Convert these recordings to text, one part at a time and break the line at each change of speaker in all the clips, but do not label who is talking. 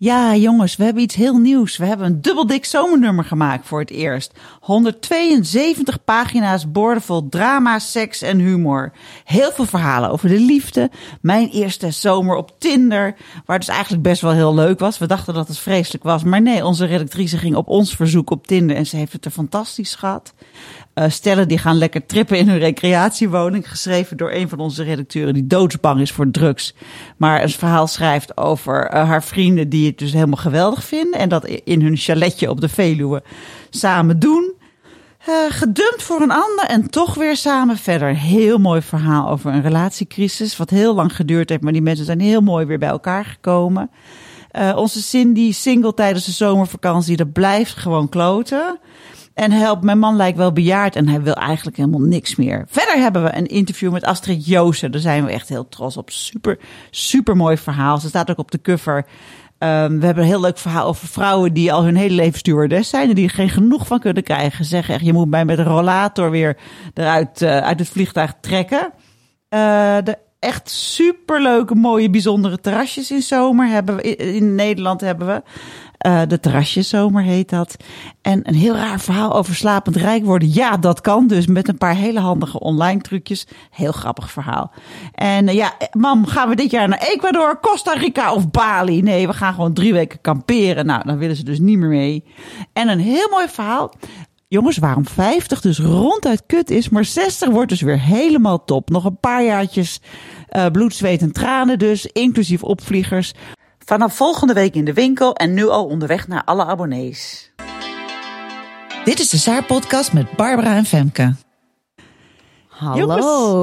Ja, jongens, we hebben iets heel nieuws. We hebben een dubbeldik zomernummer gemaakt voor het eerst. 172 pagina's boordevol drama, seks en humor. Heel veel verhalen over de liefde. Mijn eerste zomer op Tinder, waar dus eigenlijk best wel heel leuk was. We dachten dat het vreselijk was, maar nee, onze redactrice ging op ons verzoek op Tinder en ze heeft het er fantastisch gehad. Eh, stellen die gaan lekker trippen in hun recreatiewoning. Geschreven door een van onze redacteuren die doodsbang is voor drugs. Maar een verhaal schrijft over eh, haar vrienden die het dus helemaal geweldig vinden. En dat in hun chaletje op de Veluwe samen doen. Eh, gedumpt voor een ander en toch weer samen verder. Heel mooi verhaal over een relatiecrisis. Wat heel lang geduurd heeft, maar die mensen zijn heel mooi weer bij elkaar gekomen. Eh, onze Cindy, single tijdens de zomervakantie, dat blijft gewoon kloten. En help, mijn man lijkt wel bejaard en hij wil eigenlijk helemaal niks meer. Verder hebben we een interview met Astrid Joosen. Daar zijn we echt heel trots op. Super, super mooi verhaal. Ze staat ook op de cover. Ehm, we hebben een heel leuk verhaal over vrouwen die al hun hele leven stewardess zijn. En die er geen genoeg van kunnen krijgen. Zeggen echt, je moet mij met een rollator weer eruit eh, uit het vliegtuig trekken. Eh, de echt superleuke, mooie, bijzondere terrasjes in zomer hebben we. In, in Nederland hebben we. Eh, de terrasjeszomer heet dat. En een heel raar verhaal over slapend rijk worden. Ja, dat kan dus met een paar hele handige online trucjes. Heel grappig verhaal. En eh, ja, eh, mam, gaan we dit jaar naar Ecuador, Costa Rica of Bali? Nee, we gaan gewoon drie weken kamperen. Nou, dan willen ze dus niet meer mee. En een heel mooi verhaal Jongens, waarom 50 dus ronduit kut is, maar 60 wordt dus weer helemaal top. Nog een paar jaartjes eh, bloed, zweet en tranen dus, inclusief opvliegers. Vanaf volgende week in de winkel en nu al onderweg naar alle abonnees. Dit is de Saar-podcast met Barbara en Femke.
Hallo.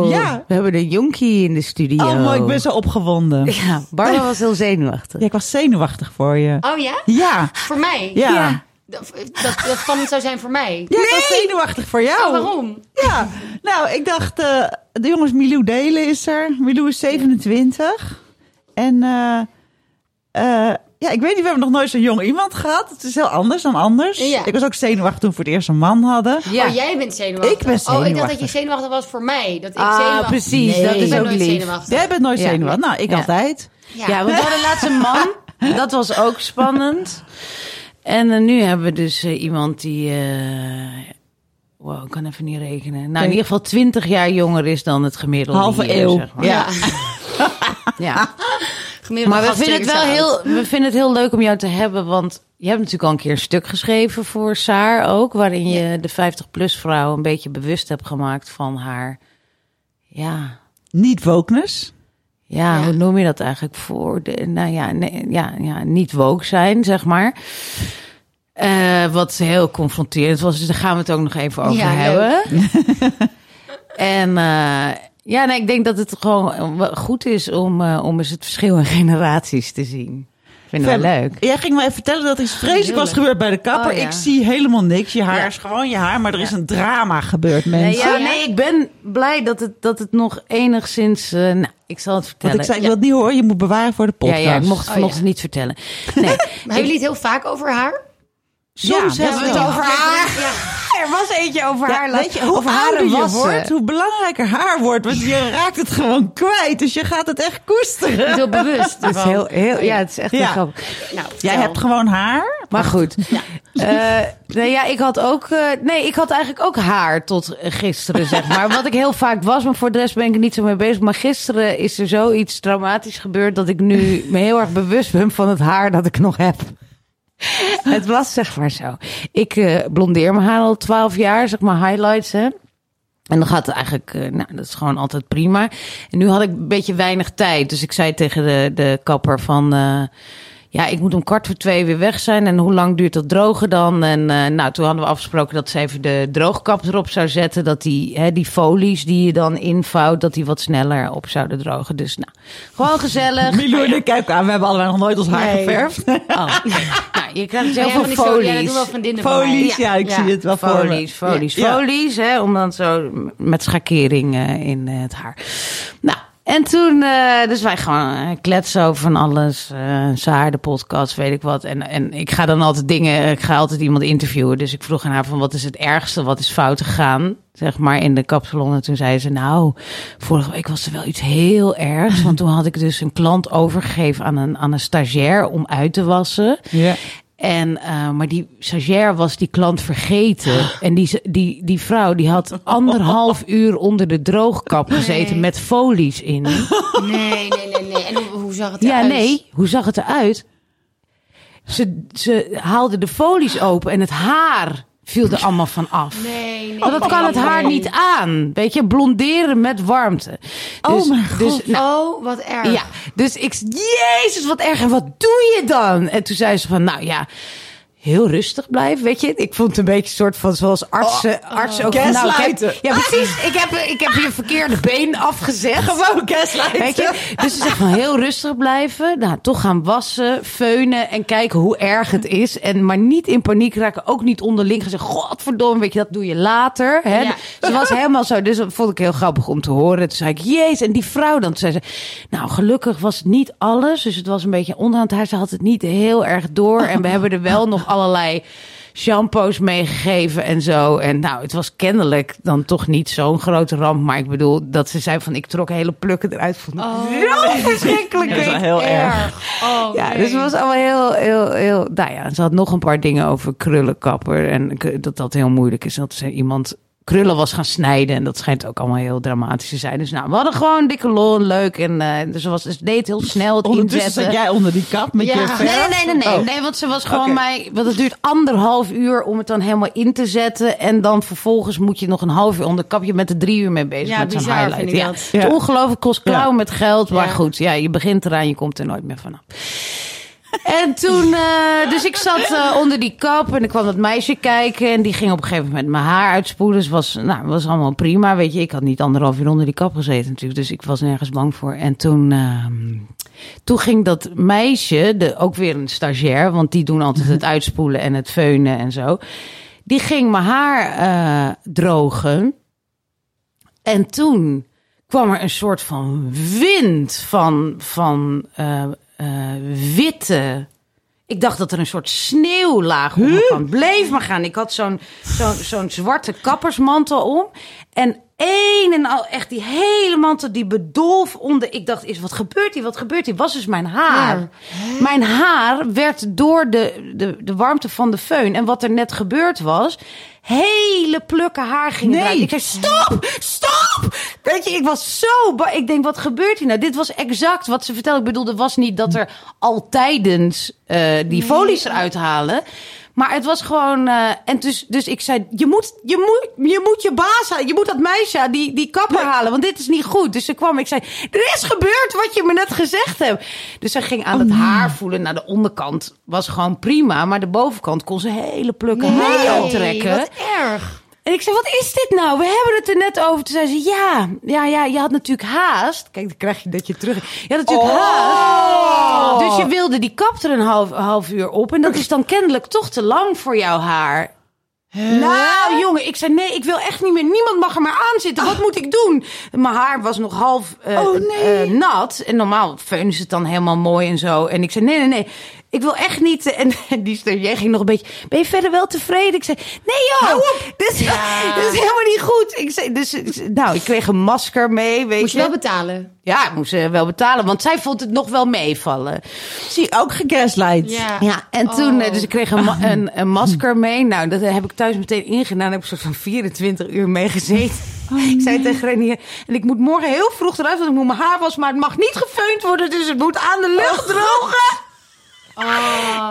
Jongens, ja.
We hebben de jonkie in de studio.
Oh, mooi, ik ben zo opgewonden.
Ja, Barbara was heel zenuwachtig.
Ja, ik was zenuwachtig voor je.
Oh ja?
Ja,
Voor mij?
ja.
Ja.
Dat, dat, dat spannend zou zijn voor mij.
Ja, ik was zenuwachtig voor jou.
Oh, waarom?
Ja, nou, ik dacht, eh, de jongens Milou Delen is er. Milou is 27. En eh, eh, ja, ik weet niet, we hebben nog nooit zo'n jong iemand gehad. Het is heel anders dan anders.
Ja.
Ik was ook zenuwachtig toen we voor het eerst een man hadden.
Oh, jij bent zenuwachtig.
Ik ben
Oh, ik dacht dat
zenuwachtig.
je zenuwachtig was voor mij. Dat ik
Ah,
zenuwachtig
precies.
Nee.
Dat
Ik
is
ben
ook
nooit
lief.
zenuwachtig.
Jij bent nooit
Ja.
zenuwachtig. Nou, ik
Ja.
altijd.
Ja.
Ja, want we hadden laatst een man. Dat was ook spannend. En eh, nu hebben we dus eh, iemand die... eh, wow, ik kan even niet rekenen. Nou, in ieder geval 20 jaar jonger is dan het gemiddelde
Halve
hier,
eeuw.
zeg maar.
Ja.
ja.
Gemiddelde
Maar we
gast
vinden, het
tekent
wel
zo oud.
heel, we vinden het heel leuk om jou te hebben, want je hebt natuurlijk al een keer een stuk geschreven voor Saar ook, waarin je de 50-plus vrouw een beetje bewust hebt gemaakt van haar, ja,
Niet wokeness.
ja,
Ja.
hoe noem je dat eigenlijk voor? De, nou ja, nee, ja, ja, niet woke zijn, zeg maar. Eh, wat heel confronterend was, dus daar gaan we het ook nog even over
Ja,
hebben. en eh, ja, nee, ik denk dat het gewoon wel goed is om, eh, om eens het verschil in generaties te zien. Vinden we
Fem,
Nou, leuk.
Jij ging mij vertellen dat er iets vreselijk
Heel
was
leuk.
gebeurd bij de kapper.
Oh, ja.
Ik zie helemaal niks. Je haar
Ja.
is gewoon je haar, maar er is een drama gebeurd, mensen.
Nee, ja,
Oh, ja?
nee, ik ben blij dat het, dat het nog enigszins. eh, nou, ik zal het
Want
vertellen.
ik zei, ik wil het niet hoor. Je moet bewaren voor de
ja,
podcast.
ja, ik mocht het
Oh,
vanochtend
ja.
niet vertellen. Nee,
Maar hebben jullie het heel vaak over haar?
soms
Ja,
hebben we
best
het
wel. Ah!
over.
haar? Ja.
Er was eentje over
Ja,
haar.
weet je, hoe
over
ouder
haren
je
wassen.
wordt, hoe belangrijker haar wordt. Want je raakt het gewoon kwijt. Dus je gaat het echt koesteren.
Niet heel bewust.
Het is
ervan.
heel, heel, ja, het is echt
Ja.
heel grappig.
Nou,
Jij
vertel.
hebt gewoon haar.
Maar goed. Eh, nee, ja, ik had ook. eh, nee, ik had eigenlijk ook haar tot gisteren, zeg maar. Wat ik heel vaak was, maar voor de rest ben ik er niet zo mee bezig. Maar gisteren is er zoiets traumatisch gebeurd dat ik nu me heel erg bewust ben van het haar dat ik nog heb. Het was zeg maar zo. Ik eh, blondeer mijn haar al 12 jaar, zeg maar highlights, hè. En dan gaat het eigenlijk, eh, nou, dat is gewoon altijd prima. En nu had ik een beetje weinig tijd. Dus ik zei tegen de, de kapper van, eh, ja, ik moet om kwart voor twee weer weg zijn. En hoe lang duurt dat drogen dan? En eh, nou, toen hadden we afgesproken dat ze even de droogkap erop zou zetten. Dat die, hè, die folies die je dan invouwt, dat die wat sneller op zouden drogen. Dus nou, gewoon gezellig.
Milou en ik kijken aan. We hebben allebei nog nooit ons haar
Nee.
geverfd.
Oh. nou, je krijgt dus heel
Ja,
veel
van die folies. Ja, dat
folies.
doen wel vriendinnen van mij.
Folies, ja, ik
Ja.
zie het wel voor me.
Folies, folies,
Ja.
folies. Hè, om dan zo met schakering eh, in eh, het haar. Nou, en toen, eh, dus wij gewoon eh, kletsen over van alles. eh Saar, de podcast, weet ik wat. En, en ik ga dan altijd dingen, ik ga altijd iemand interviewen. Dus ik vroeg aan haar van, wat is het ergste, wat is fout gegaan? Zeg maar in de kapsalon. En toen zei ze, nou, vorige week was er wel iets heel ergs. Want toen had ik dus een klant overgegeven aan een, aan een stagiair om uit te wassen.
Ja.
En, eh, maar die stagiair was die klant vergeten. En die, die, die vrouw die had anderhalf uur onder de droogkap
Oh,
gezeten
Nee.
met folies in.
Nee, nee, nee, nee. En hoe, hoe zag het
Ja,
eruit?
nee. Hoe zag het eruit? Ze, ze haalde de folies open en het haar viel er allemaal van af.
Nee, nee.
Oh,
Want dat kan het
nee,
haar
nee.
niet aan. Weet je, blonderen met warmte. Dus,
Oh mijn god.
Dus, nou,
Oh, wat erg.
ja, dus ik, jezus, wat erg. En wat doe je dan? En toen zei ze van, nou ja, heel rustig blijven, weet je. Ik vond het een beetje een soort van, zoals artsen, artsen ook. van, Nou, ik heb,
Gaslighten.
ja, precies. Ik heb, ik heb je verkeerde been afgezet.
Gewoon gaslighten.
Weet je? Dus ze zegt van heel rustig blijven. Nou, toch gaan wassen, feunen en kijken hoe erg het is. En maar niet in paniek raken. Ook niet onderling gaan zeggen, godverdomme, weet je, dat doe je later. Hè?
Ja.
Ze was helemaal zo. Dus dat vond ik heel grappig om te horen. Toen zei ik, jezus. En die vrouw dan, toen zei ze, nou gelukkig was het niet alles. Dus het was een beetje onderaan het haar. Ze had het niet heel erg door. En we hebben er wel nog allerlei shampoos meegegeven en zo. En nou, het was kennelijk dan toch niet zo'n grote ramp. Maar ik bedoel, dat ze zei van ik trok hele plukken eruit. Vond ik zo verschrikkelijk.
Dat is wel
weet.
heel erg.
Oh,
Ja,
nee.
dus het was allemaal heel, heel, heel... Nou ja, ze had nog een paar dingen over krullenkapper. En k- dat dat heel moeilijk is. Dat ze iemand krullen was gaan snijden. En dat schijnt ook allemaal heel dramatisch te zijn. Dus nou, we hadden gewoon dikke lol, leuk. En eh, dus ze was, dus deed het heel snel het
Ondertussen
inzetten.
zat jij onder die kap met
Ja.
je
Nee,
verf.
Nee, nee, nee, nee, nee.
Oh.
Nee, want ze was gewoon
Oké.
mij. Want het duurt anderhalf uur om het dan helemaal in te zetten. En dan vervolgens moet je nog een half uur onder kap. Je bent er drie uur mee bezig
Ja,
met zo'n
bizar
highlight.
vind ik
ja.
dat.
Het is
Ja.
ongelooflijk kost klauw
Ja.
met geld. Maar
Ja.
goed, ja, je begint eraan, je komt er nooit meer vanaf. En toen, eh, dus ik zat eh, onder die kap en er kwam dat meisje kijken. En die ging op een gegeven moment mijn haar uitspoelen. Dus was, nou, was allemaal prima. Weet je, ik had niet anderhalf uur onder die kap gezeten natuurlijk. Dus ik was nergens bang voor. En toen, ehm, toen ging dat meisje, de, ook weer een stagiair, want die doen altijd het uitspoelen en het feunen en zo. Die ging mijn haar eh, drogen. En toen kwam er een soort van wind van, van eh, eh, witte. Ik dacht dat er een soort sneeuwlaag om me kwam. Bleef maar gaan. Ik had zo'n zo'n zo'n zwarte kappersmantel om. En één en al, echt die hele mantel die bedolf onder. Ik dacht, is wat gebeurt hier? Wat gebeurt hier? Was dus mijn haar.
Ja.
Mijn haar werd door de, de, de warmte van de föhn en wat er net gebeurd was, hele plukken haar gingen
Nee.
eruit. Ik zei, stop, stop! Weet je, ik was zo bang. Ik denk, wat gebeurt hier nou? Dit was exact wat ze vertelde. Ik bedoel, er was niet dat er altijdens eh, die folies eruit halen. Maar het was gewoon... eh, en dus, dus ik zei, je moet je, moet, je moet je baas halen. Je moet dat meisje, die, die kapper halen. Want dit is niet goed. Dus ze kwam, ik zei, er is gebeurd wat je me net gezegd hebt. Dus ze ging aan het haar voelen. Nou, de onderkant was gewoon prima. Maar de bovenkant kon ze hele plukken haar aantrekken.
Wat erg.
En ik zei, wat is dit nou? We hebben het er net over. Toen zei ze, ja, ja, ja, je had natuurlijk haast. Kijk, dan krijg je dat je terug... Je had natuurlijk
Oh.
haast. Dus je wilde die kap er een half, half uur op. En dat is dan kennelijk toch te lang voor jouw haar. Nou, jongen, ik zei, nee, ik wil echt niet meer. Niemand mag er maar aan zitten. Wat moet ik doen? Mijn haar was nog half eh,
Oh, nee.
eh, nat. En normaal feunen ze het dan helemaal mooi en zo. En ik zei, nee, nee, nee. Ik wil echt niet. eh, En, die stagiair ging nog een beetje. Ben je verder wel tevreden? Ik zei, nee joh. Dus Dit, is, dit is helemaal niet goed. Ik zei, dus, eh, nou, ik kreeg een masker mee. Weet
Moest je
je
wel betalen.
Ja, ik moest eh, wel betalen. Want zij vond het nog wel meevallen.
Zie, ook gegaslight.
Ja, en toen,
Oh.
eh, dus ik kreeg een, ma- een, een masker mee. Nou, dat heb ik thuis meteen ingedaan. Daar heb ik soort van 24 uur mee gezeten.
Oh,
Ik zei tegen Renier, en ik moet morgen heel vroeg eruit, want ik moet mijn haar wassen, maar het mag niet gefeund worden, dus het moet aan de
Oh,
lucht drogen.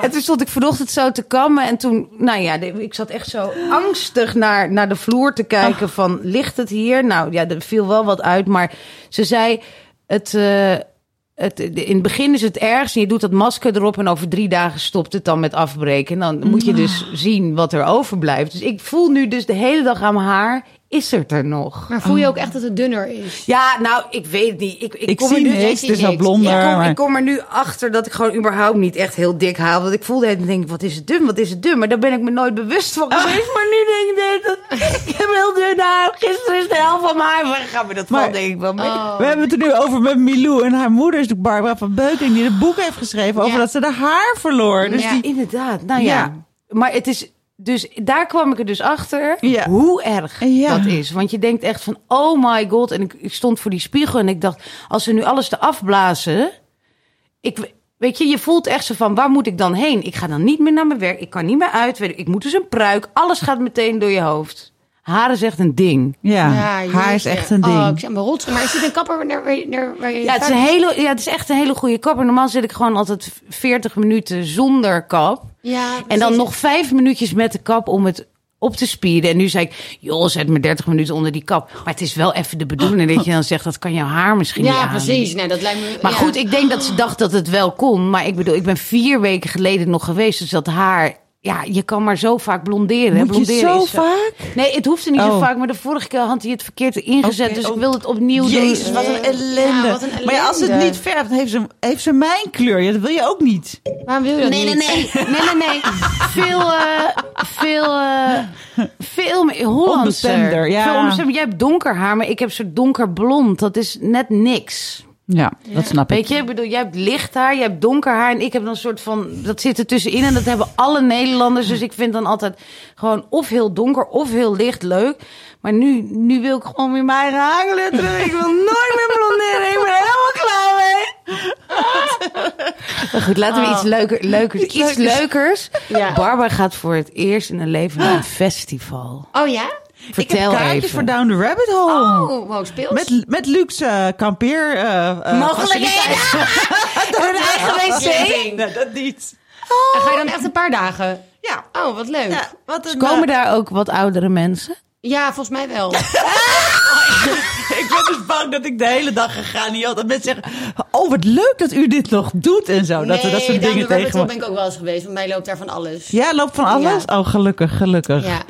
En toen stond ik vanochtend zo te kammen en toen, nou ja, de- ik zat echt zo angstig naar, naar de vloer te kijken van, ligt het hier? Nou ja, er viel wel wat uit, maar ze zei, het, eh, het, in het begin is het ergst. En je doet dat masker erop en over drie dagen stopt het dan met afbreken. En dan moet je dus zien wat er overblijft. Dus ik voel nu dus de hele dag aan mijn haar, is het er nog?
Maar voel je ook echt dat het dunner is?
Ja, nou, ik weet het niet. Ik, ik,
Ik
kom
zie
er nu
niks,
ik zie
het is wel
niks.
blonder,
Ik kom,
maar-
ik kom er nu achter dat ik gewoon überhaupt niet echt heel dik haal. Want ik voelde het en denk, wat is het dun, wat is het dun. Maar daar ben ik me nooit bewust van
Ah.
geweest. Maar nu denk ik, nee, dat, ik heb heel dun haar. Gisteren is de helft van mijn haar weggegaan. Maar dat
Maar- Ah.
valt denk ik wel mee.
We hebben het er nu over met Milou en haar moeder is de Barbara van Beuking die een boek heeft geschreven over
Ja.
dat ze haar haar verloor. Dus
Ja.
die,
Inderdaad, nou ja.
Ja.
Maar het is... Dus daar kwam ik er dus achter
Ja.
hoe erg
Ja.
dat is. Want je denkt echt van, oh my god. En ik, ik stond voor die spiegel en ik dacht, als ze nu alles eraf blazen... Ik, weet je, je voelt echt zo van, waar moet ik dan heen? Ik ga dan niet meer naar mijn werk. Ik kan niet meer uit. weet ik, Ik moet dus een pruik. Alles gaat meteen door je hoofd. Haar is echt een ding.
ja,
jeetje.
haar is echt een ding.
Oh, ik zit aan mijn rotsen. Maar is dit een kapper naar, waar, je- naar, waar je...
Ja, het is, een hele, ja, het is echt een hele goede kap. En normaal zit ik gewoon altijd 40 minuten zonder kap.
Ja,
En
precies.
dan nog vijf minuutjes met de kap om het op te spieden. En nu zei ik, joh, zet me 30 minuten onder die kap. Maar het is wel even de bedoeling dat je dan zegt, dat kan jouw haar misschien niet
Ja,
aan.
precies. Nee, dat lijkt me...
Maar
ja.
goed, ik denk dat ze dacht dat het wel kon. Maar ik bedoel, ik ben vier weken geleden nog geweest. Dus dat haar, ja, je kan maar zo vaak blonderen. hè.
Moet je
blonderen
zo
is
vaak?
Nee, het hoefde niet zo
Oh.
vaak. Maar de vorige keer had hij het verkeerd ingezet.
Oké,
dus ik
oh.
wil het opnieuw
Jezus,
doen.
wat een
Ja,
ellende.
wat een
Maar ja, als het
ellende.
niet verft, heeft ze, heeft ze mijn kleur. Ja, dat wil je ook niet.
Waarom wil je dat
Nee, nee,
niet?
nee. Nee, nee, nee. Veel, eh, veel, eh, veel meer Hollandser.
Onbestemder, ja.
Veel onbestemder. Jij hebt donker haar, maar ik heb soort donkerblond. Dat is net niks.
Ja, dat snap
Weet je, ik bedoel, jij hebt licht haar, jij hebt donker haar en ik heb dan een soort van, dat zit er tussenin en dat hebben alle Nederlanders. Dus ik vind dan altijd gewoon of heel donker of heel licht leuk. Maar nu, nu wil ik gewoon weer mijn eigen haar letteren. Ik wil nooit meer blonderen. Ik ben er helemaal klaar mee. Maar goed, laten we iets leuker, leukers, iets, leukers.
Ja.
Barbara gaat voor het eerst in haar leven naar een festival.
Oh ja?
Vertel
ik heb kaartjes
even.
voor Down the Rabbit Hole.
Oh, wow, speels.
Met, met luxe eh, kampeer... eh, eh,
Mogelijkheden! Een eigen wc!
faciliteiten. Nee, dat niet.
En ga je dan echt een paar dagen?
Ja.
Oh, wat leuk.
ja
Ja,
wat een,
Komen
eh,
daar ook wat oudere mensen?
volgens mij wel.
Nou, Ik ben dus bang dat ik de hele dag gegaan had. Dat mensen zeggen, oh wat leuk dat u dit nog doet en zo. dat we dat soort dingen tegen
ben ik ook wel eens geweest. Want mij loopt daar van alles.
Ja, loopt van alles? Oh, gelukkig, gelukkig.
Ja.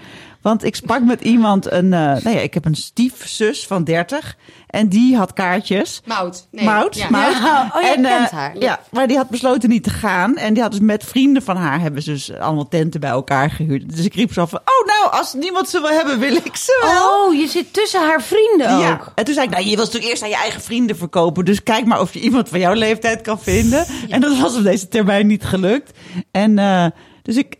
Want ik sprak met iemand, een, eh, nou ja, ik heb een stiefzus van 30 en die had kaartjes.
Mout. Nee.
Mout,
Ja.
Mout.
Oh, jij
eh,
kent haar.
Ja, maar die had besloten niet te gaan. En die had dus met vrienden van haar, hebben ze dus allemaal tenten bij elkaar gehuurd. Dus ik riep zo van, oh nou, als niemand ze wil hebben, wil ik ze wel.
Oh, je zit tussen haar vrienden
Ja.
ook.
En toen zei ik, nou, je wilt natuurlijk eerst aan je eigen vrienden verkopen. Dus kijk maar of je iemand van jouw leeftijd kan vinden. En dat was op deze termijn niet gelukt. En eh, dus ik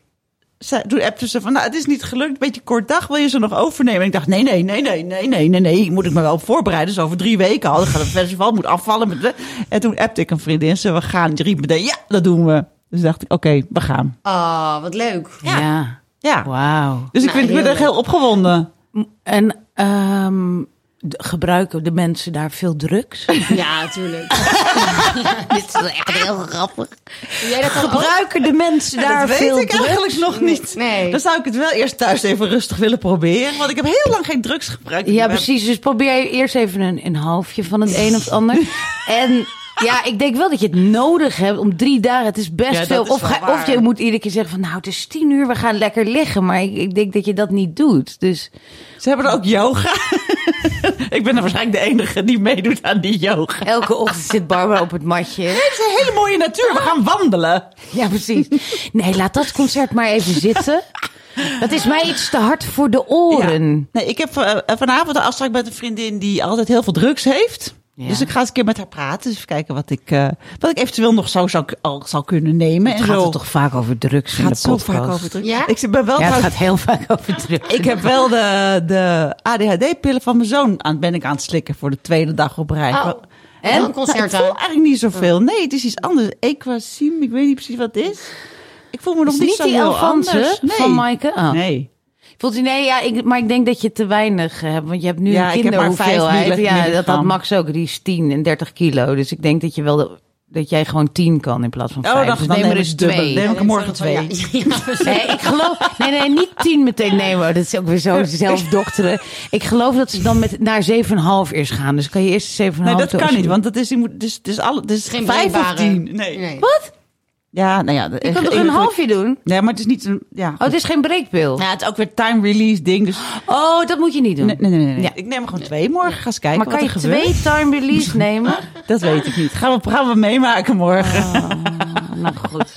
zei, toen appte ze van, nou, het is niet gelukt. Een beetje kort dag, wil je ze nog overnemen? En ik dacht, nee, nee, nee, nee, nee, nee, nee, nee. Moet ik me wel op voorbereiden. Dus over drie weken al, dan gaat het festival, moet afvallen. Met de... En toen appte ik een vriendin. Ze, we gaan. Die riep meteen, ja, dat doen we. Dus dacht ik, oké, we gaan.
Ah, wat leuk.
Ja.
Ja.
Wauw.
Dus ik,
Nou,
vind, ik ben
heel
echt heel opgewonden.
En ehm, de- gebruiken de mensen daar veel drugs?
Ja, natuurlijk.
Dit is echt heel grappig.
jij dat dan ook?
Gebruiken de mensen daar
dat
veel
weet ik
drugs?
eigenlijk nog niet.
Nee.
Dan zou ik het wel eerst thuis even rustig willen proberen. Want ik heb heel lang geen drugs gebruikt.
Ja,
Ik ben-
precies. Dus probeer je eerst even een, een halfje van het een of het ander. En ja, ik denk wel dat je het nodig hebt om drie dagen. Het is best
Ja, dat
veel.
is
of,
wel
ga-
waar.
of je moet iedere keer zeggen van nou, het is tien uur, we gaan lekker liggen. Maar ik, ik denk dat je dat niet doet. Dus
Ze hebben er ook yoga. ik ben dan waarschijnlijk de enige die meedoet aan die yoga.
elke ochtend zit Barbara op het matje.
Het is een hele mooie natuur. We gaan wandelen.
Ja, precies. Nee, laat dat concert maar even zitten. Dat is mij iets te hard voor de oren.
Nee, ik heb eh, vanavond een afspraak met een vriendin die altijd heel veel drugs heeft.
Ja.
Dus ik ga eens een keer met haar praten. Dus even kijken wat ik, eh, wat ik eventueel nog zo zou, al zou kunnen nemen.
Het
en
gaat
zo.
er toch vaak over drugs in
gaat
de
zo
podcast?
vaak over drugs.
Ja?
Ik zit- ben wel
Ja, het
trouwens-
gaat heel vaak over drugs.
Ik heb wel de, de ADHD-pillen van mijn zoon aan, ben ik aan het slikken voor de tweede dag op rij.
Oh. En een
Nou, ik
concert
voel
aan.
eigenlijk niet zoveel.
Oh.
Nee, het is iets anders. Equasim, ik weet niet precies wat het is. Ik voel me nog
Is
niet
niet
zo
die
heel
Alphonse
anders. Nee.
van Maaike? Oh.
Nee.
Voelt u, nee, ja, ik, maar ik denk dat je te weinig eh, hebt. Want je hebt nu
Ja,
een
ik heb maar vijf
kinderhoeveelheid.
milli-
Ja, dat had
milligram.
Max ook. Die is 10 en 30 kilo. Dus ik denk dat je wel de, dat jij gewoon tien kan in plaats van vijf.
Oh, dan,
dus
dan
neem er
neem
eens
ik dubbel.
twee.
Neem
Oh,
ik er morgen twee.
Nee, ik geloof. Nee, nee, niet tien meteen nemen. Dat is ook weer zo zelfdokteren. Ik geloof dat ze dan met, naar 7,5 eerst gaan. Dus kan je eerst 7,5
Nee, dat
doosje
kan niet,
doen.
want dat is, je moet- dus, dus alle, dus
Geen
vijf of
drinkbare.
tien. Nee.
Wat?
Ja, nou ja.
Je kan toch een halfje doen?
Nee, maar het is niet een, ja.
Oh, het is geen breekpil.
ja, het is ook weer time release ding. Dus
Oh, dat moet je niet doen.
nee, nee, nee. nee.
Ja.
Ik neem er gewoon twee morgen. Ga eens kijken
maar
wat
kan je
er gebeurt.
twee time release nemen?
Dat weet ik niet. Gaan we, gaan we meemaken morgen.
nou goed.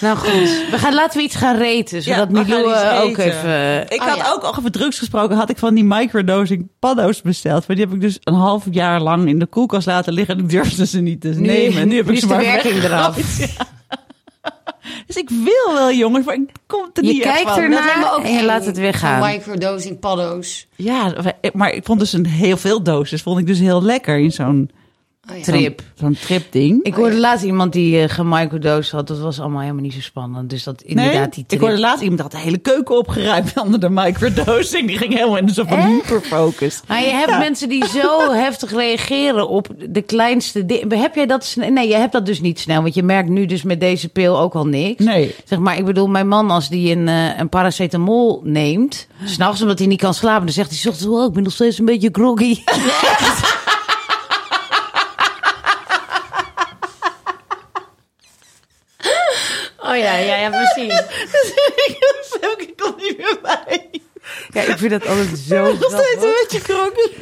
Nou goed, we gaan, laten we iets gaan reten,
Ja,
zodat
we gaan
Milou
iets
eh, ook
eten.
even...
Ik
Ah,
had
ja.
ook al over drugs gesproken. Had ik van die microdosing paddo's besteld. Maar die heb ik dus een half jaar lang in de koelkast laten liggen. En ik durfde ze niet te nemen. Nu heb ik
is
ze
de
maar
werking eraf.
Dus ik wil wel, jongens. Maar ik kom er
Je
niet echt
kijkt
van.
ernaar en je laat het weer gaan.
Microdosing paddo's.
Ja, maar ik vond dus een heel veel doses. Vond ik dus heel lekker in zo'n
Oh, ja.
Trip.
Zo'n trip ding.
Ik hoorde laatst iemand die eh gemicrodosed had. Dat was allemaal helemaal niet zo spannend. Dus dat inderdaad die
ik
trip.
hoorde laatst iemand had de hele keuken opgeruimd onder de microdosing. Die ging helemaal in een soort van hyperfocus.
Maar je hebt mensen die zo heftig reageren op de kleinste dingen. Heb jij dat snel? Nee, je hebt dat dus niet snel. Want je merkt nu dus met deze pil ook al niks.
Nee.
Zeg maar, ik bedoel, mijn man als die een, eh, een paracetamol neemt... S'nachts, omdat hij niet kan slapen, dan zegt hij... 's ochtends, "Wow, ik ben nog steeds een beetje groggy.
Oh ja, ja, ja, precies.
ik kon niet meer bij.
Ja, ik vind dat altijd zo
Nog steeds een beetje krokkie.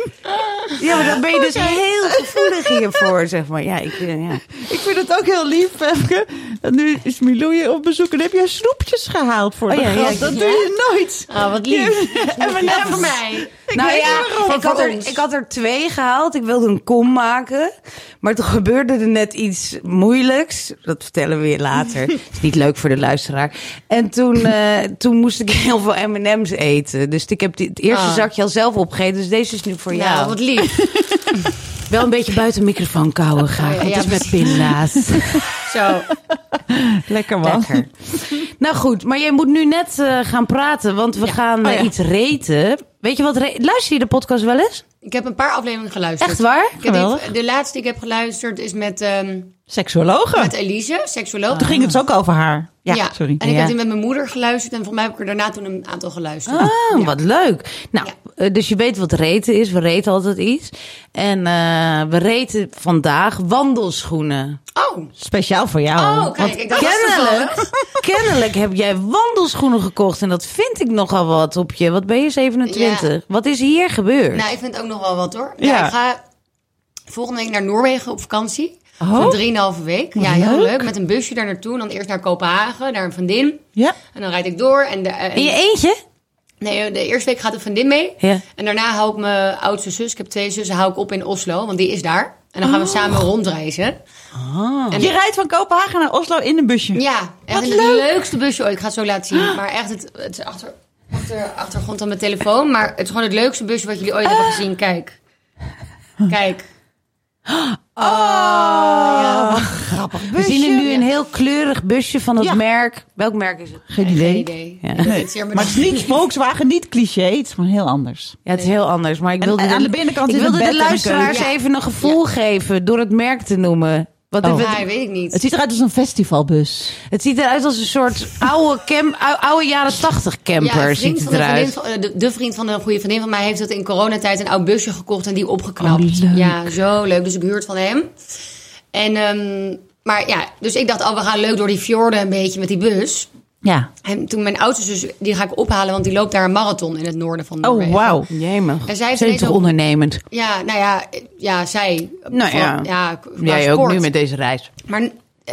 Ja, maar dan ben je dus heel gevoelig hiervoor, zeg maar. Ja, ik, eh, ja.
Ik vind het ook heel lief, Femke. En nu is Milou hier op bezoek en heb jij snoepjes gehaald voor
Oh
de
ja, ja,
gast.
ja.
dat doe je nooit.
Ah, wat lief.
En
Ja, voor mij.
Ik
nou
weet
ja,
niet waarom.
ik had, er, ik had er twee gehaald. Ik wilde een kom maken. Maar toen gebeurde er net iets moeilijks. Dat vertellen we weer later. is niet leuk voor de luisteraar. En toen, eh, toen moest ik heel veel M&M's eten. Dus ik heb die, het eerste
Ah.
zakje al zelf opgegeten. Dus deze is nu voor
Ja,
Nou,
jou.
wat lief.
Wel een beetje buiten microfoon kouwen graag.
Oh ja,
want het
ja,
is met pinda's.
Zo.
Lekker man.
Lekker. nou goed, maar jij moet nu net eh, gaan praten. Want we gaan
Oh
eh,
ja.
iets reten. Weet je wat? re- Luister je de podcast wel eens?
Ik heb een paar afleveringen geluisterd.
Echt waar?
Ik heb
Geweldig.
die- de laatste die ik heb geluisterd is met, ehm,
Seksologen.
met Elise, seksuoloog.
Toen ging het dus ook over haar. Ja, sorry.
En ik
Ja.
heb die met mijn moeder geluisterd. En voor mij heb ik er daarna toen een aantal geluisterd.
Oh,
Ja.
wat leuk. Nou, eh, dus je weet wat reten is. We reten altijd iets. En eh, we reten vandaag wandelschoenen.
Oh,
Speciaal voor jou.
oh kijk. Ik dacht, dat is toevallig.
Kennelijk, kennelijk heb jij wandelschoenen gekocht. En dat vind ik nogal wat op je. Wat ben je 27?
Ja.
Wat is hier gebeurd?
Nou, ik vind het ook nog wel wat hoor. Ja.
Ja.
ik ga volgende week naar Noorwegen op vakantie.
Oh.
Voor drieënhalve week. Ja,
Wat
heel
leuk.
leuk. Met een busje daar naartoe. En dan eerst naar Kopenhagen, naar een vriendin.
Ja.
En dan rijd ik door. En de, eh, en-
In je eentje?
nee, de eerste week gaat een vriendin mee.
Ja.
En daarna hou ik mijn oudste zus, ik heb twee zussen, hou ik op in Oslo. Want die is daar. En dan gaan we
Oh.
samen rondreizen. En-
Je rijdt van Kopenhagen naar Oslo in een busje.
Ja, echt
Wat
het
leuk.
leukste busje ooit. Ik ga het zo laten zien. Maar echt, het, het is achter, achter, achtergrond aan mijn telefoon. Maar het is gewoon het leukste busje wat jullie ooit
Eh.
hebben gezien. Kijk. Kijk.
Ah, We zien er nu een heel kleurig busje van het
Ja.
merk. Welk merk is het?
Geen
Geen
idee.
idee.
Ja.
Ik weet het zeer,
Maar het is niet Volkswagen, niet cliché. Het is gewoon heel anders.
Ja, het is heel anders. Maar ik wilde,
en aan de binnenkant
ik
is een
wilde
bed
de
en een
luisteraars
keuken. Ja.
even een gevoel geven door het merk te noemen. Wat
Oh.
Ja, weet ik niet.
Het ziet eruit als een festivalbus.
Het ziet eruit als een soort oude, cam, ou- oude jaren tachtig
Ja,
camper.
een vriend
ziet het
van een
eruit.
vriendin van- eh, de, de vriend van een goede vriendin van mij heeft dat in coronatijd een oud busje gekocht en die opgeknapt.
Oh, leuk.
Ja, zo leuk. Dus ik huur het van hem. En, ehm, maar ja, dus ik dacht, oh, we gaan leuk door die fjorden een beetje met die bus.
Ja.
En toen mijn oudste zus, die ga ik ophalen, want die loopt daar een marathon in het noorden van
Oh,
Noorwegen.
wauw.
Jemig.
En zij
Zijn
heeft ineens
toch
ook-
ondernemend?
Ja, nou ja, ja, zij.
Nou
van-
ja.
qua
Jij ook
sport.
nu met deze reis.
Maar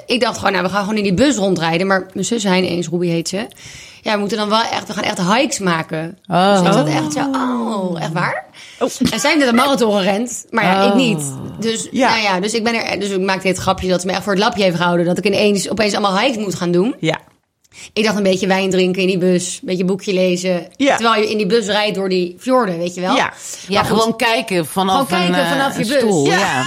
ik dacht gewoon, nou, we gaan gewoon in die bus rondrijden. Maar mijn zus Hein eens, Ruby heet ze. Ja, we moeten dan wel echt, we gaan echt hikes maken.
Oh.
Dus ik zat echt zo, oh, echt waar? En zij heeft net een marathon gerend, maar ja,
Oh.
ik niet. Dus,
Ja.
Nou ja, dus, ik ben er, dus ik maakte dit grapje dat ze me echt voor het lapje heeft gehouden. Dat ik ineens, opeens allemaal hikes moet gaan doen.
Ja.
Ik dacht een beetje wijn drinken in die bus, een beetje boekje lezen.
Ja.
Terwijl je in die bus rijdt door die fjorden, weet je wel.
Ja.
Ja, gewoon kijken vanaf
Gewoon
een,
kijken
eh,
vanaf je
een
bus.
stoel. Ja.
Ja.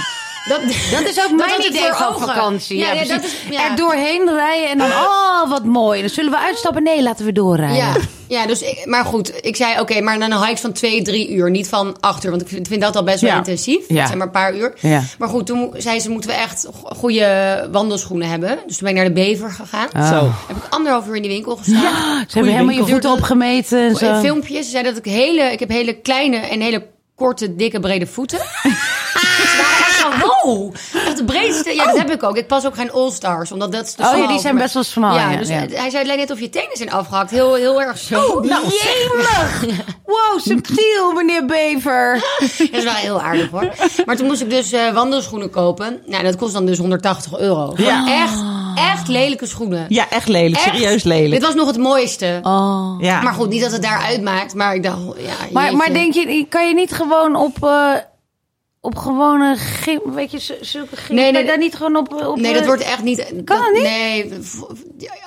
Dat, dat is ook
Dat
mijn
had ik
idee
voor
van
ogen.
vakantie. Ja,
ja,
dat
precies.
is, ja.
Er doorheen rijden en dan, oh, wat mooi. Dan zullen we uitstappen? Nee, laten we doorrijden.
Ja, ja dus ik- maar goed, ik zei oké, maar dan een hike van twee, drie uur, niet van acht uur. Want ik vind, vind dat al best wel
Ja.
intensief.
Ja.
Dat zijn maar een paar uur.
Ja.
Maar goed, toen mo- zei ze, moeten we echt go- goede wandelschoenen hebben. Dus toen ben ik naar de Bever gegaan.
Ah.
Zo.
Heb ik anderhalf uur in die winkel gestaan.
Ze hebben helemaal je
winkel.
voeten
Duurde-
opgemeten en
In
zo.
filmpjes. Ze zei dat ik hele, ik heb hele kleine en hele korte, dikke, brede voeten. Ze waren echt van, wow. Echt de breedste. Ja, dat heb ik ook. Ik pas ook geen All-Stars, omdat dat is te
Oh ja,
smal
die
voor
zijn
me.
best wel smal, ja,
dus
ja.
hij zei, het lijkt net of je tenen zijn afgehakt. Heel, heel erg zo.
Oh,
Nou,
nou, Jemig! Wow, subtiel, meneer Bever.
Dat is wel heel aardig hoor. Maar toen moest ik dus eh, wandelschoenen kopen. Nou, dat kost dan dus 180 euro.
Ja.
Ja. Echt, echt lelijke schoenen.
Ja, echt lelijk.
Echt.
Serieus lelijk.
Dit was nog het mooiste.
Oh.
ja.
Maar goed, niet dat het daar uitmaakt. Maar ik dacht, ja,
Maar,
jeetje.
maar denk je, kan je niet gewoon op, eh, op gewone gym, weet je, zu- zulke gym,
Nee, nee,
kan je
nee.
daar niet gewoon op... op
Nee,
eh,
dat wordt echt niet... Kan
dat niet?
Nee, v-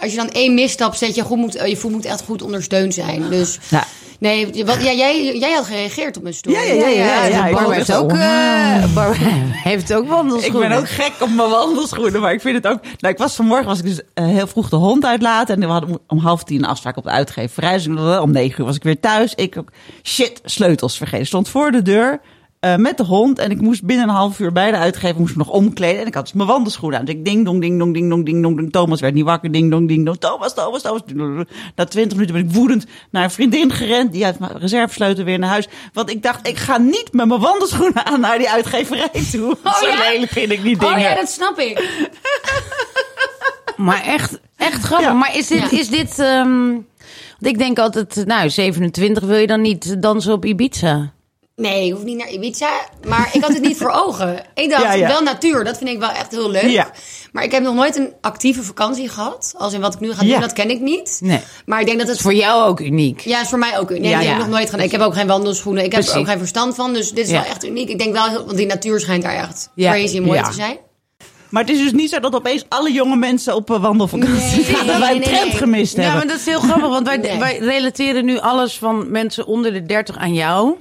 als je dan één misstap zet, je, goed moet, eh, je voet moet echt goed ondersteund zijn. Dus
Ja.
nee, wat, ja, jij, jij had gereageerd op mijn stoel.
Ja, ja, ja, ja, ja, ja. ik
Barbara
was
heeft
echt
ook,
zo,
eh, Barbara heeft ook
Ik
wandelschoenen.
ben ook gek op mijn wandelschoenen, maar ik vind het ook... Nou, ik was vanmorgen was ik dus eh, heel vroeg de hond uitlaten. En we hadden om- om half tien een afspraak op de uitgeverij. Dus ik- om negen uur was ik weer thuis. Ik ook, shit, sleutels vergeten. Stond voor de deur eh, met de hond. En ik moest binnen een half uur bij de uitgever moest ik me nog omkleden. En ik had dus mijn wandelschoenen aan. Dus ik ding dong, ding dong, ding dong, ding dong. ding. Thomas werd niet wakker. Ding dong, ding dong. Thomas, Thomas, Thomas. Na twintig minuten ben ik woedend naar een vriendin gerend. Die had mijn reservesleutel weer naar huis. Want ik dacht, ik ga niet met mijn wandelschoenen aan naar die uitgeverij toe.
Oh,
Zo
ja?
lelijk vind ik die dingen.
Oh ja, dat snap ik.
Maar echt, echt grappig.
Ja.
Maar is dit,
Ja.
is dit ehm, want ik denk altijd, nou, 27 wil je dan niet dansen op Ibiza?
Nee, ik hoef niet naar Ibiza. Maar ik had het niet voor ogen. Ik dacht,
Ja, ja.
wel natuur. Dat vind ik wel echt heel leuk.
Ja.
Maar ik heb nog nooit een actieve vakantie gehad. Als in wat ik nu ga doen,
Ja.
dat ken ik niet.
Nee.
Maar ik denk dat het...
Voor jou ook uniek.
Ja, is voor mij ook uniek. Nee,
Ja,
dat heb
ja.
ik nog nooit gedaan. Ik heb ook geen wandelschoenen. Ik heb er
Precies.
ook geen verstand van. Dus dit is
Ja.
wel echt uniek. Ik denk wel, heel- want die natuur schijnt daar echt
Ja.
crazy mooi
Ja.
te zijn.
Maar het is dus niet zo dat opeens alle jonge mensen op eh, wandelvakantie
Nee,
gaan.
nee,
dat wij een
nee,
trend
nee.
gemist
Ja, maar
hebben.
dat is heel grappig, want wij,
Nee.
wij relateren nu alles van mensen onder de 30 aan jou.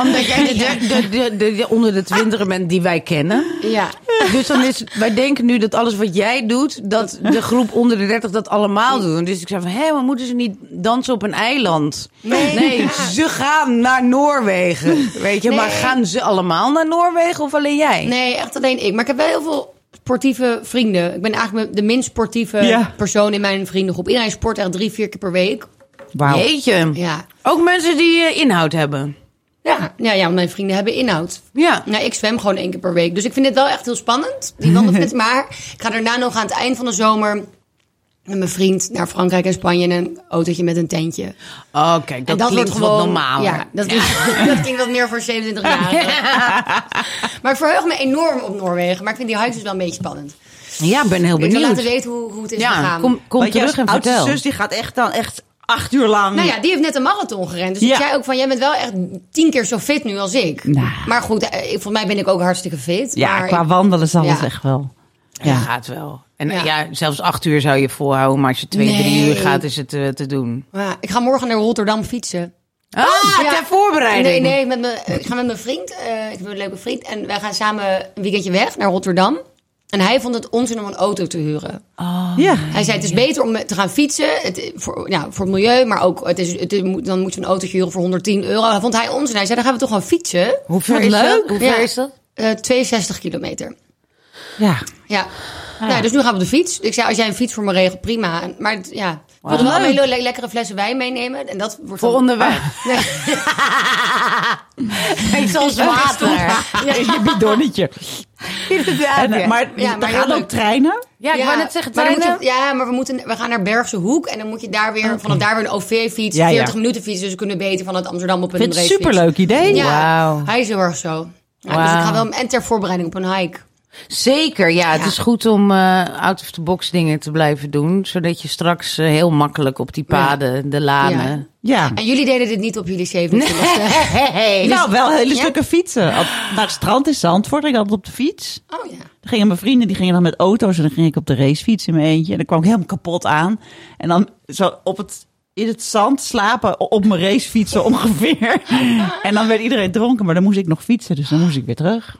Omdat jij de, de, de, de- de- onder de 20 bent die wij kennen.
Ja.
Dus dan is, wij denken nu dat alles wat jij doet, dat de groep onder de 30 dat allemaal doen. Dus ik zei van, hé, maar moeten ze niet dansen op een eiland?
Nee.
ze gaan naar Noorwegen. Weet je, maar
Nee.
gaan ze allemaal naar Noorwegen of alleen jij?
Nee, echt alleen ik. Maar ik heb wel heel veel sportieve vrienden. Ik ben eigenlijk de minst sportieve
Ja.
persoon in mijn vriendengroep. Iedereen sport echt drie, vier keer per week.
Wauw.
Jeetje.
Ja.
Ook mensen die eh, inhoud hebben.
Ja, ja, ja, want mijn vrienden hebben inhoud.
Ja.
Nou, ik zwem gewoon één keer per week. Dus ik vind dit wel echt heel spannend, die wandelfit. maar ik ga daarna nog aan het eind van de zomer met mijn vriend naar Frankrijk en Spanje in een autootje met een tentje. En
Oh, kijk, dat, klinkt
wordt
wat normaler.
Ja, dat, Klinkt, dat klinkt wat meer voor 27 jaar. maar ik verheug me enorm op Noorwegen. Maar ik vind die hikes dus wel een beetje spannend.
Ja, ik ben heel
Ik wil
benieuwd.
laten weten hoe, hoe het is
Ja,
gegaan.
kom, kom
Want jouw
terug en
oudste
vertel.
zus die gaat echt dan echt acht uur
Mm.
lang.
Nou ja, die heeft net een marathon gerend. Dus ik
Ja.
zei ook van, jij bent wel echt tien keer zo fit nu als ik.
Nou.
Maar goed, eh, ik- volgens mij ben ik ook hartstikke fit.
Ja,
maar
qua
ik-
wandelen zal
ja.
het echt wel.
Ja,
Ja.
gaat wel. En ja.
Ja.
zelfs acht uur zou je volhouden, maar als je twee, drie
Nee.
uur gaat, is het eh, te doen.
Ja, ik ga morgen naar Rotterdam fietsen.
Ah,
Ja.
ter voorbereiding.
Nee, nee, met mijn, ik ga met mijn vriend. eh, ik heb een leuke vriend. En wij gaan samen een weekendje weg naar Rotterdam. En hij vond het onzin om een auto te huren.
Oh,
ja.
Hij zei, het is beter om te gaan fietsen. Het, voor, ja, voor het milieu, maar ook, het is, het, is- moet- dan moet je een autootje huren voor 110 euro. Hij vond hij onzin. Hij zei, dan gaan we toch gewoon fietsen.
Hoe ver
Wat
is
leuk.
dat? Hoe ver
Ja.
is dat?
Eh, 62 kilometer.
ja.
Ja.
Ah.
Nou, dus nu gaan we op de fiets. Ik zei, als jij een fiets voor me regelt, prima. En- Maar het- ja, ik wilde wel
Leuk.
hele le- lekkere flessen wijn meenemen. En dat wordt
Voor
dan-
onderweg.
Nee.
Iets als water.
In je bidonnetje.
Inderdaad.
En, eh,
ja.
Maar
Ja, maar
er gaan
heel
ook
leuk.
treinen.
ja, ik wou net zeggen,
maar dan moet
treinen.
je- ja, maar we, moeten, we gaan naar Bergse Hoek. En dan moet je daar weer, vanaf daar weer een OV-fiets.
Ja, ja.
40 minuten fietsen. Dus we kunnen beter vanuit Amsterdam op een
Vind het
racefiets.
superleuk idee.
Ja,
Wauw.
hij is heel erg zo. Ja, Dus
Wauw.
ik ga wel, en ter voorbereiding op een hike.
Zeker, ja. Het is goed om eh, out-of-the-box dingen te blijven doen. Zodat je straks eh, heel makkelijk op die paden, de lanen...
Ja.
En jullie deden dit niet op jullie 27
Nee.
Nou, wel hele
Ja.
stukken fietsen. Op- naar het strand in Zandvoort. Ik had op de fiets.
Oh ja.
Dan gingen mijn vrienden, die gingen dan met auto's en dan ging ik op de racefiets in mijn eentje. En dan kwam ik helemaal kapot aan. En dan zo op het, in het zand slapen o- op mijn racefiets zo ongeveer. En dan werd iedereen dronken, maar dan moest ik nog fietsen. Dus dan moest ik weer terug.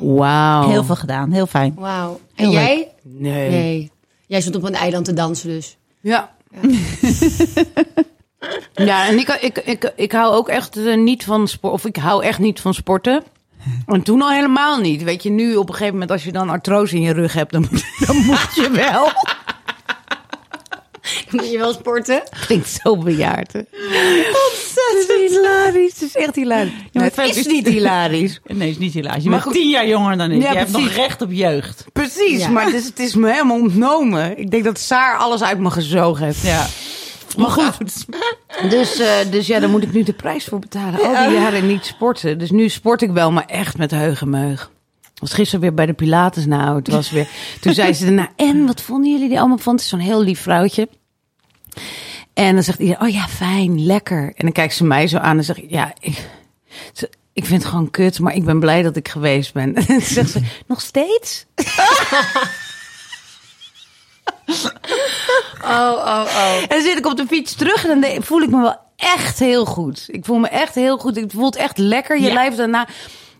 Wauw. Oh.
Heel veel gedaan, heel fijn.
Wauw. En
Heel leuk.
jij?
Nee.
Nee. Jij stond op een eiland te dansen dus.
Ja. ja, en ik, ik, ik, ik hou ook echt eh, niet van sport. Of ik hou echt niet van sporten. En toen al helemaal niet. Weet je, nu op een gegeven moment als je dan artrose in je rug hebt, dan, moet- dan moet je wel.
Moet je wel sporten?
Klinkt zo bejaard. Hè? Ontzettend hilarisch. Het is echt hilarisch.
maar
het
het
is
is-
niet hilarisch.
Nee, is niet helaas. Je
Maar
bent
goed.
tien jaar jonger dan ik.
Ja,
je hebt nog
precies.
recht op jeugd.
Precies,
Ja.
maar het is, het is me helemaal ontnomen. Ik denk dat Saar alles uit me gezogen heeft.
Ja. Maar goed.
Dus, eh, dus ja, daar moet ik nu de prijs voor betalen. Al die jaren niet sporten. Dus nu sport ik wel, maar echt met heugenmeug. Was gisteren weer bij de Pilates. Nou, het was weer. Toen zei ze daarna: En wat vonden jullie die allemaal van? Het is zo'n heel lief vrouwtje. En dan zegt iedereen: Oh ja, fijn, lekker. En dan kijkt ze mij zo aan en zegt: Ja, ik, ze- ik vind het gewoon kut, maar ik ben blij dat ik geweest ben. En dan zegt ze: Nog steeds?
Oh, oh, oh.
En dan zit ik op de fiets terug en dan denk- voel ik me wel echt heel goed. Ik voel me echt heel goed. Het voelt echt lekker, je
Ja.
lijf daarna.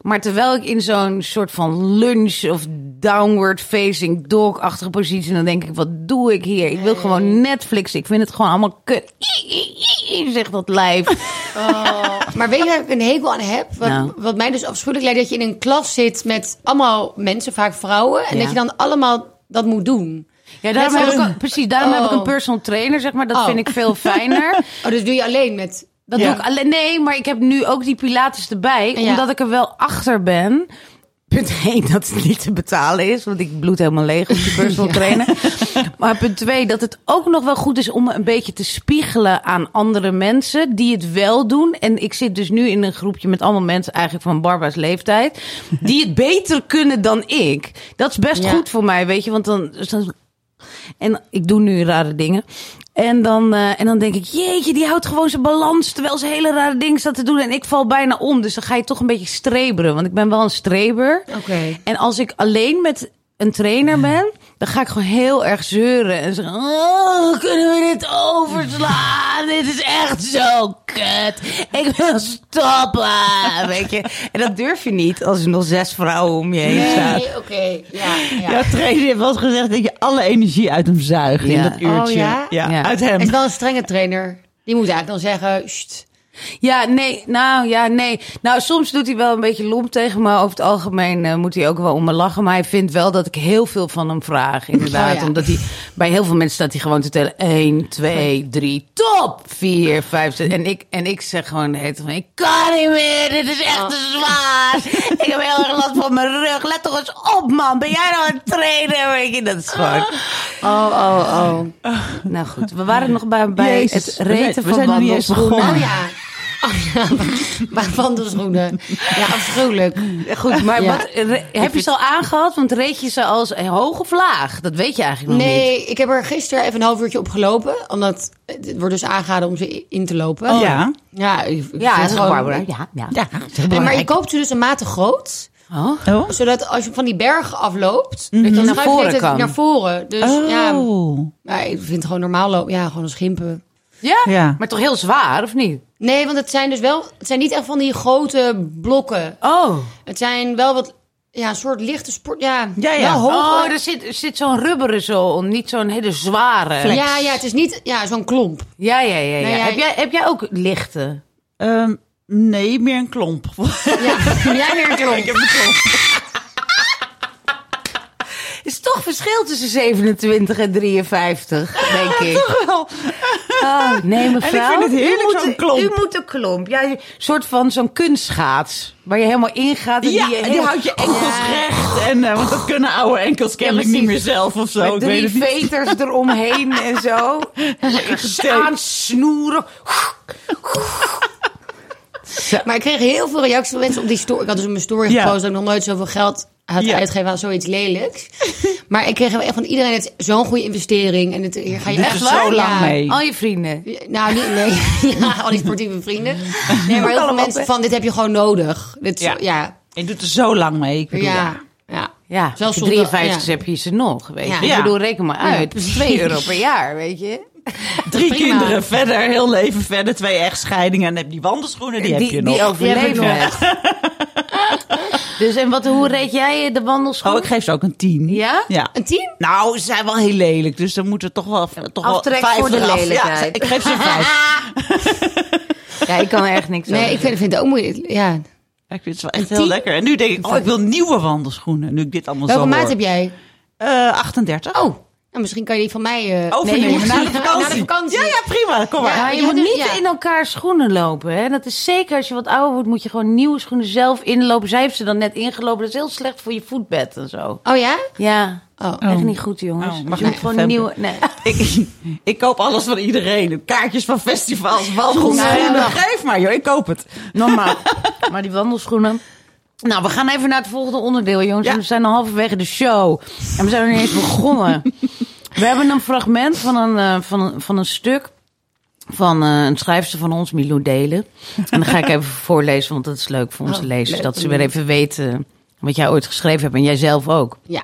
Maar terwijl ik in zo'n soort van lunge of downward facing dog-achtige positie... dan denk ik, wat doe ik hier? Ik wil gewoon Netflix. Ik vind het gewoon allemaal kut. Ie, ie, ie, ie, Zegt dat lijf.
Oh. Maar weet je waar ik een hekel aan heb? Wat,
Nou.
wat mij dus afschuwelijk lijkt, dat je in een klas zit met allemaal mensen, vaak vrouwen. En
Ja.
dat je dan allemaal dat moet doen.
Ja, daarom
Met
heb ik,
zo'n-
een- precies, daarom heb ik een
Oh.
personal trainer, zeg maar. Dat
Oh.
vind ik veel fijner.
Oh, dus doe je alleen met...
Dat
Ja.
doe ik alleen. Nee, maar ik heb nu ook die Pilates erbij.
Ja.
Omdat ik er wel achter ben. Punt 1, dat het niet te betalen is. Want ik bloed helemaal leeg op die personal trainer. Maar punt 2, dat het ook nog wel goed is om me een beetje te spiegelen aan andere mensen die het wel doen. En ik zit dus nu in een groepje met allemaal mensen eigenlijk van Barbara's leeftijd. Die het beter kunnen dan ik. Dat is best
Ja.
goed voor mij, weet je. Want dan, dus dan en ik doe nu rare dingen. En dan, eh, en dan denk ik, jeetje, die houdt gewoon zijn balans. Terwijl ze hele rare dingen staat te doen. En ik val bijna om. Dus dan ga je toch een beetje streberen. Want ik ben wel een streber.
Oké.
En als ik alleen met een trainer ben, dan ga ik gewoon heel erg zeuren. En zeggen, oh, kunnen we dit overslaan? Dit is echt zo kut. Ik wil stoppen, weet je. En dat durf je niet als er nog zes vrouwen om je heen staan.
Nee, oké. Ja, ja.
Jouw trainer heeft wel eens gezegd dat je alle energie uit hem zuigt in
Ja.
dat uurtje.
Oh, ja?
Ja.
uit
Het is
hem.
wel een strenge trainer. Die moet eigenlijk dan zeggen... "Sst."
Ja, nee, nou ja, nee. Nou, soms doet hij wel een beetje lomp tegen me. Over het algemeen eh, moet hij ook wel om me lachen. Maar hij vindt wel dat ik heel veel van hem vraag, inderdaad.
Oh ja.
Omdat hij bij heel veel mensen staat hij gewoon te tellen. 1, 2, 3, top! 4, 5, 6. En ik, en ik zeg gewoon de hele tijd van, ik kan niet meer. Dit is echt te
Oh.
zwaar. Ik heb heel erg last van mijn rug. Let toch eens op, man. Ben jij nou aan het trainen? Weet je, dat is gewoon...
Oh, oh, oh.
Nou goed, we waren nog bij, bij
Jezus,
het
we zijn-
reten
we
van
zijn nog niet eens
wandelschoenen.
begonnen.
Oh ja. Oh ja, maar wandelschoenen. Ja, afschuwelijk.
Goed, maar
Ja.
wat, re- heb je ze al aangehad? Want reed je ze als hoog of laag? Dat weet je eigenlijk nog niet.
Nee, ik heb er gisteren even een half uurtje op gelopen. Omdat het wordt dus aangeraden om ze in te lopen.
Oh. Ja.
Ja, ik- ik
Ja,
vind
dat is
gewoon-
Barbara. Ja, ja.
Ja,
Nee, maar je koopt ze dus een mate groot.
Oh.
Oh.
Zodat als je van die berg afloopt,
Mhm.
je
dan
naar
schuif je
voren
het even
kan.
naar voren. Dus ja,
Oh.
maar ik vind het gewoon normaal lopen. Ja, gewoon een schimpen.
Ja?
Ja.
maar toch heel zwaar, of niet?
Nee, want het zijn dus wel, het zijn niet echt van die grote blokken.
Oh,
Het zijn wel wat, ja, een soort lichte sport. Ja,
Ja, ja.
wel hoger.
oh er zit, er zit zo'n rubberen zo, niet zo'n hele zware.
ja, ja, het is niet ja, zo'n klomp.
Ja, ja, Nou ja. ja.
Nee, ja,
Heb,
ik-
jij, heb jij ook lichte?
Ehm, nee, meer een klomp.
Ja, jij weer een klomp.
Er is toch verschil tussen 27 en 53, denk ik.
Wel.
Oh, nee, mevrouw.
vind het
u
heerlijk,
moet-
zo'n klomp.
U moet een klomp. Ja, een soort van zo'n kunstschaats. Waar je helemaal ingaat. En
Ja,
die, je
en die
heel-
houdt je enkels
Ja.
recht. En, eh, want dat kunnen oude enkels kennelijk niet meer
precies.
zelf of zo.
Met
Ik weet
drie
het niet.
veters eromheen en zo. Aansnoeren.
Maar ik kreeg heel veel reacties van mensen op die story. Ik had dus op mijn story
Ja.
gepost dat ik nog nooit zoveel geld had
Ja.
uitgegeven aan zoiets lelijks. Maar ik kreeg wel echt van iedereen, het is zo'n goede investering. En het, hier ga je
Dit
echt
is zo lang
Ja.
mee.
Al je vrienden.
Nou, niet, nee. Ja, al die sportieve vrienden. Nee, maar heel veel
allemaal,
mensen
hè?
van, dit heb je gewoon nodig. Dit,
Ja.
ja. Ja,
Je doet er zo lang mee. Ik bedoel,
ja.
Ja,
Zelfs
Zelfs
zonder-
53
ja.
heb je ze nog, weet je.
Ja.
Ik bedoel, reken maar
Ja,
uit.
precies.
2 euro per jaar, weet je.
Drie
Prima.
kinderen verder, heel leven verder, twee echtscheidingen. En heb die wandelschoenen, die, heb je nog.
die overleven
Die heb
het. dus en wat, hoe reed jij de wandelschool?
Oh, ik geef ze ook een tien.
Ja?
Ja.
Een tien?
Nou, ze zijn wel heel lelijk, dus dan moeten toch wel, toch wel
Aftrek
vijf
voor de
eraf. Ja,
lelijkheid.
ik geef ze een vijf.
Ja, ik kan er echt niks
Nee,
over.
ik vind, vind het ook moeilijk. Ja.
Ik vind het wel echt
Een
heel
tien?
lekker. En nu denk ik, oh, ik wil nieuwe wandelschoenen. Nu ik dit allemaal
Welke
zo
maat
hoor.
heb jij?
Eh, 38.
Oh, nou, misschien kan je die van mij... eh
Overnemen
nee, je moet-
na, de vakantie.
Na de vakantie.
Ja, ja, prima. Kom maar.
Ja,
Ja,
je moet
dus-
niet
ja.
in elkaar schoenen lopen. Hè? Dat is zeker als je wat ouder wordt, moet je gewoon nieuwe schoenen zelf inlopen. Zij heeft ze dan net ingelopen. Dat is heel slecht voor je voetbed en zo.
Oh ja?
Ja,
Oh.
echt niet goed, jongens.
Oh, mag
Dus je
ik
moet gewoon
even
nieuwe. Nee.
Ik, ik koop alles van iedereen. Kaartjes van festivals, wandelschoenen.
Nou.
Geef maar, joh. Ik koop het.
Normaal. maar die wandelschoenen. Nou, we gaan even naar het volgende onderdeel, jongens.
Ja.
En We zijn al halverwege de show. En we zijn er niet eens begonnen. we hebben een fragment van een, eh, van, een- van een stuk van eh, een schrijfster van ons, Milou Delen. En dan ga ik even voorlezen, want dat is leuk voor onze
Oh,
lezers.
leuk.
Dat ze weer even weten wat jij ooit geschreven hebt. En jij zelf ook.
Ja.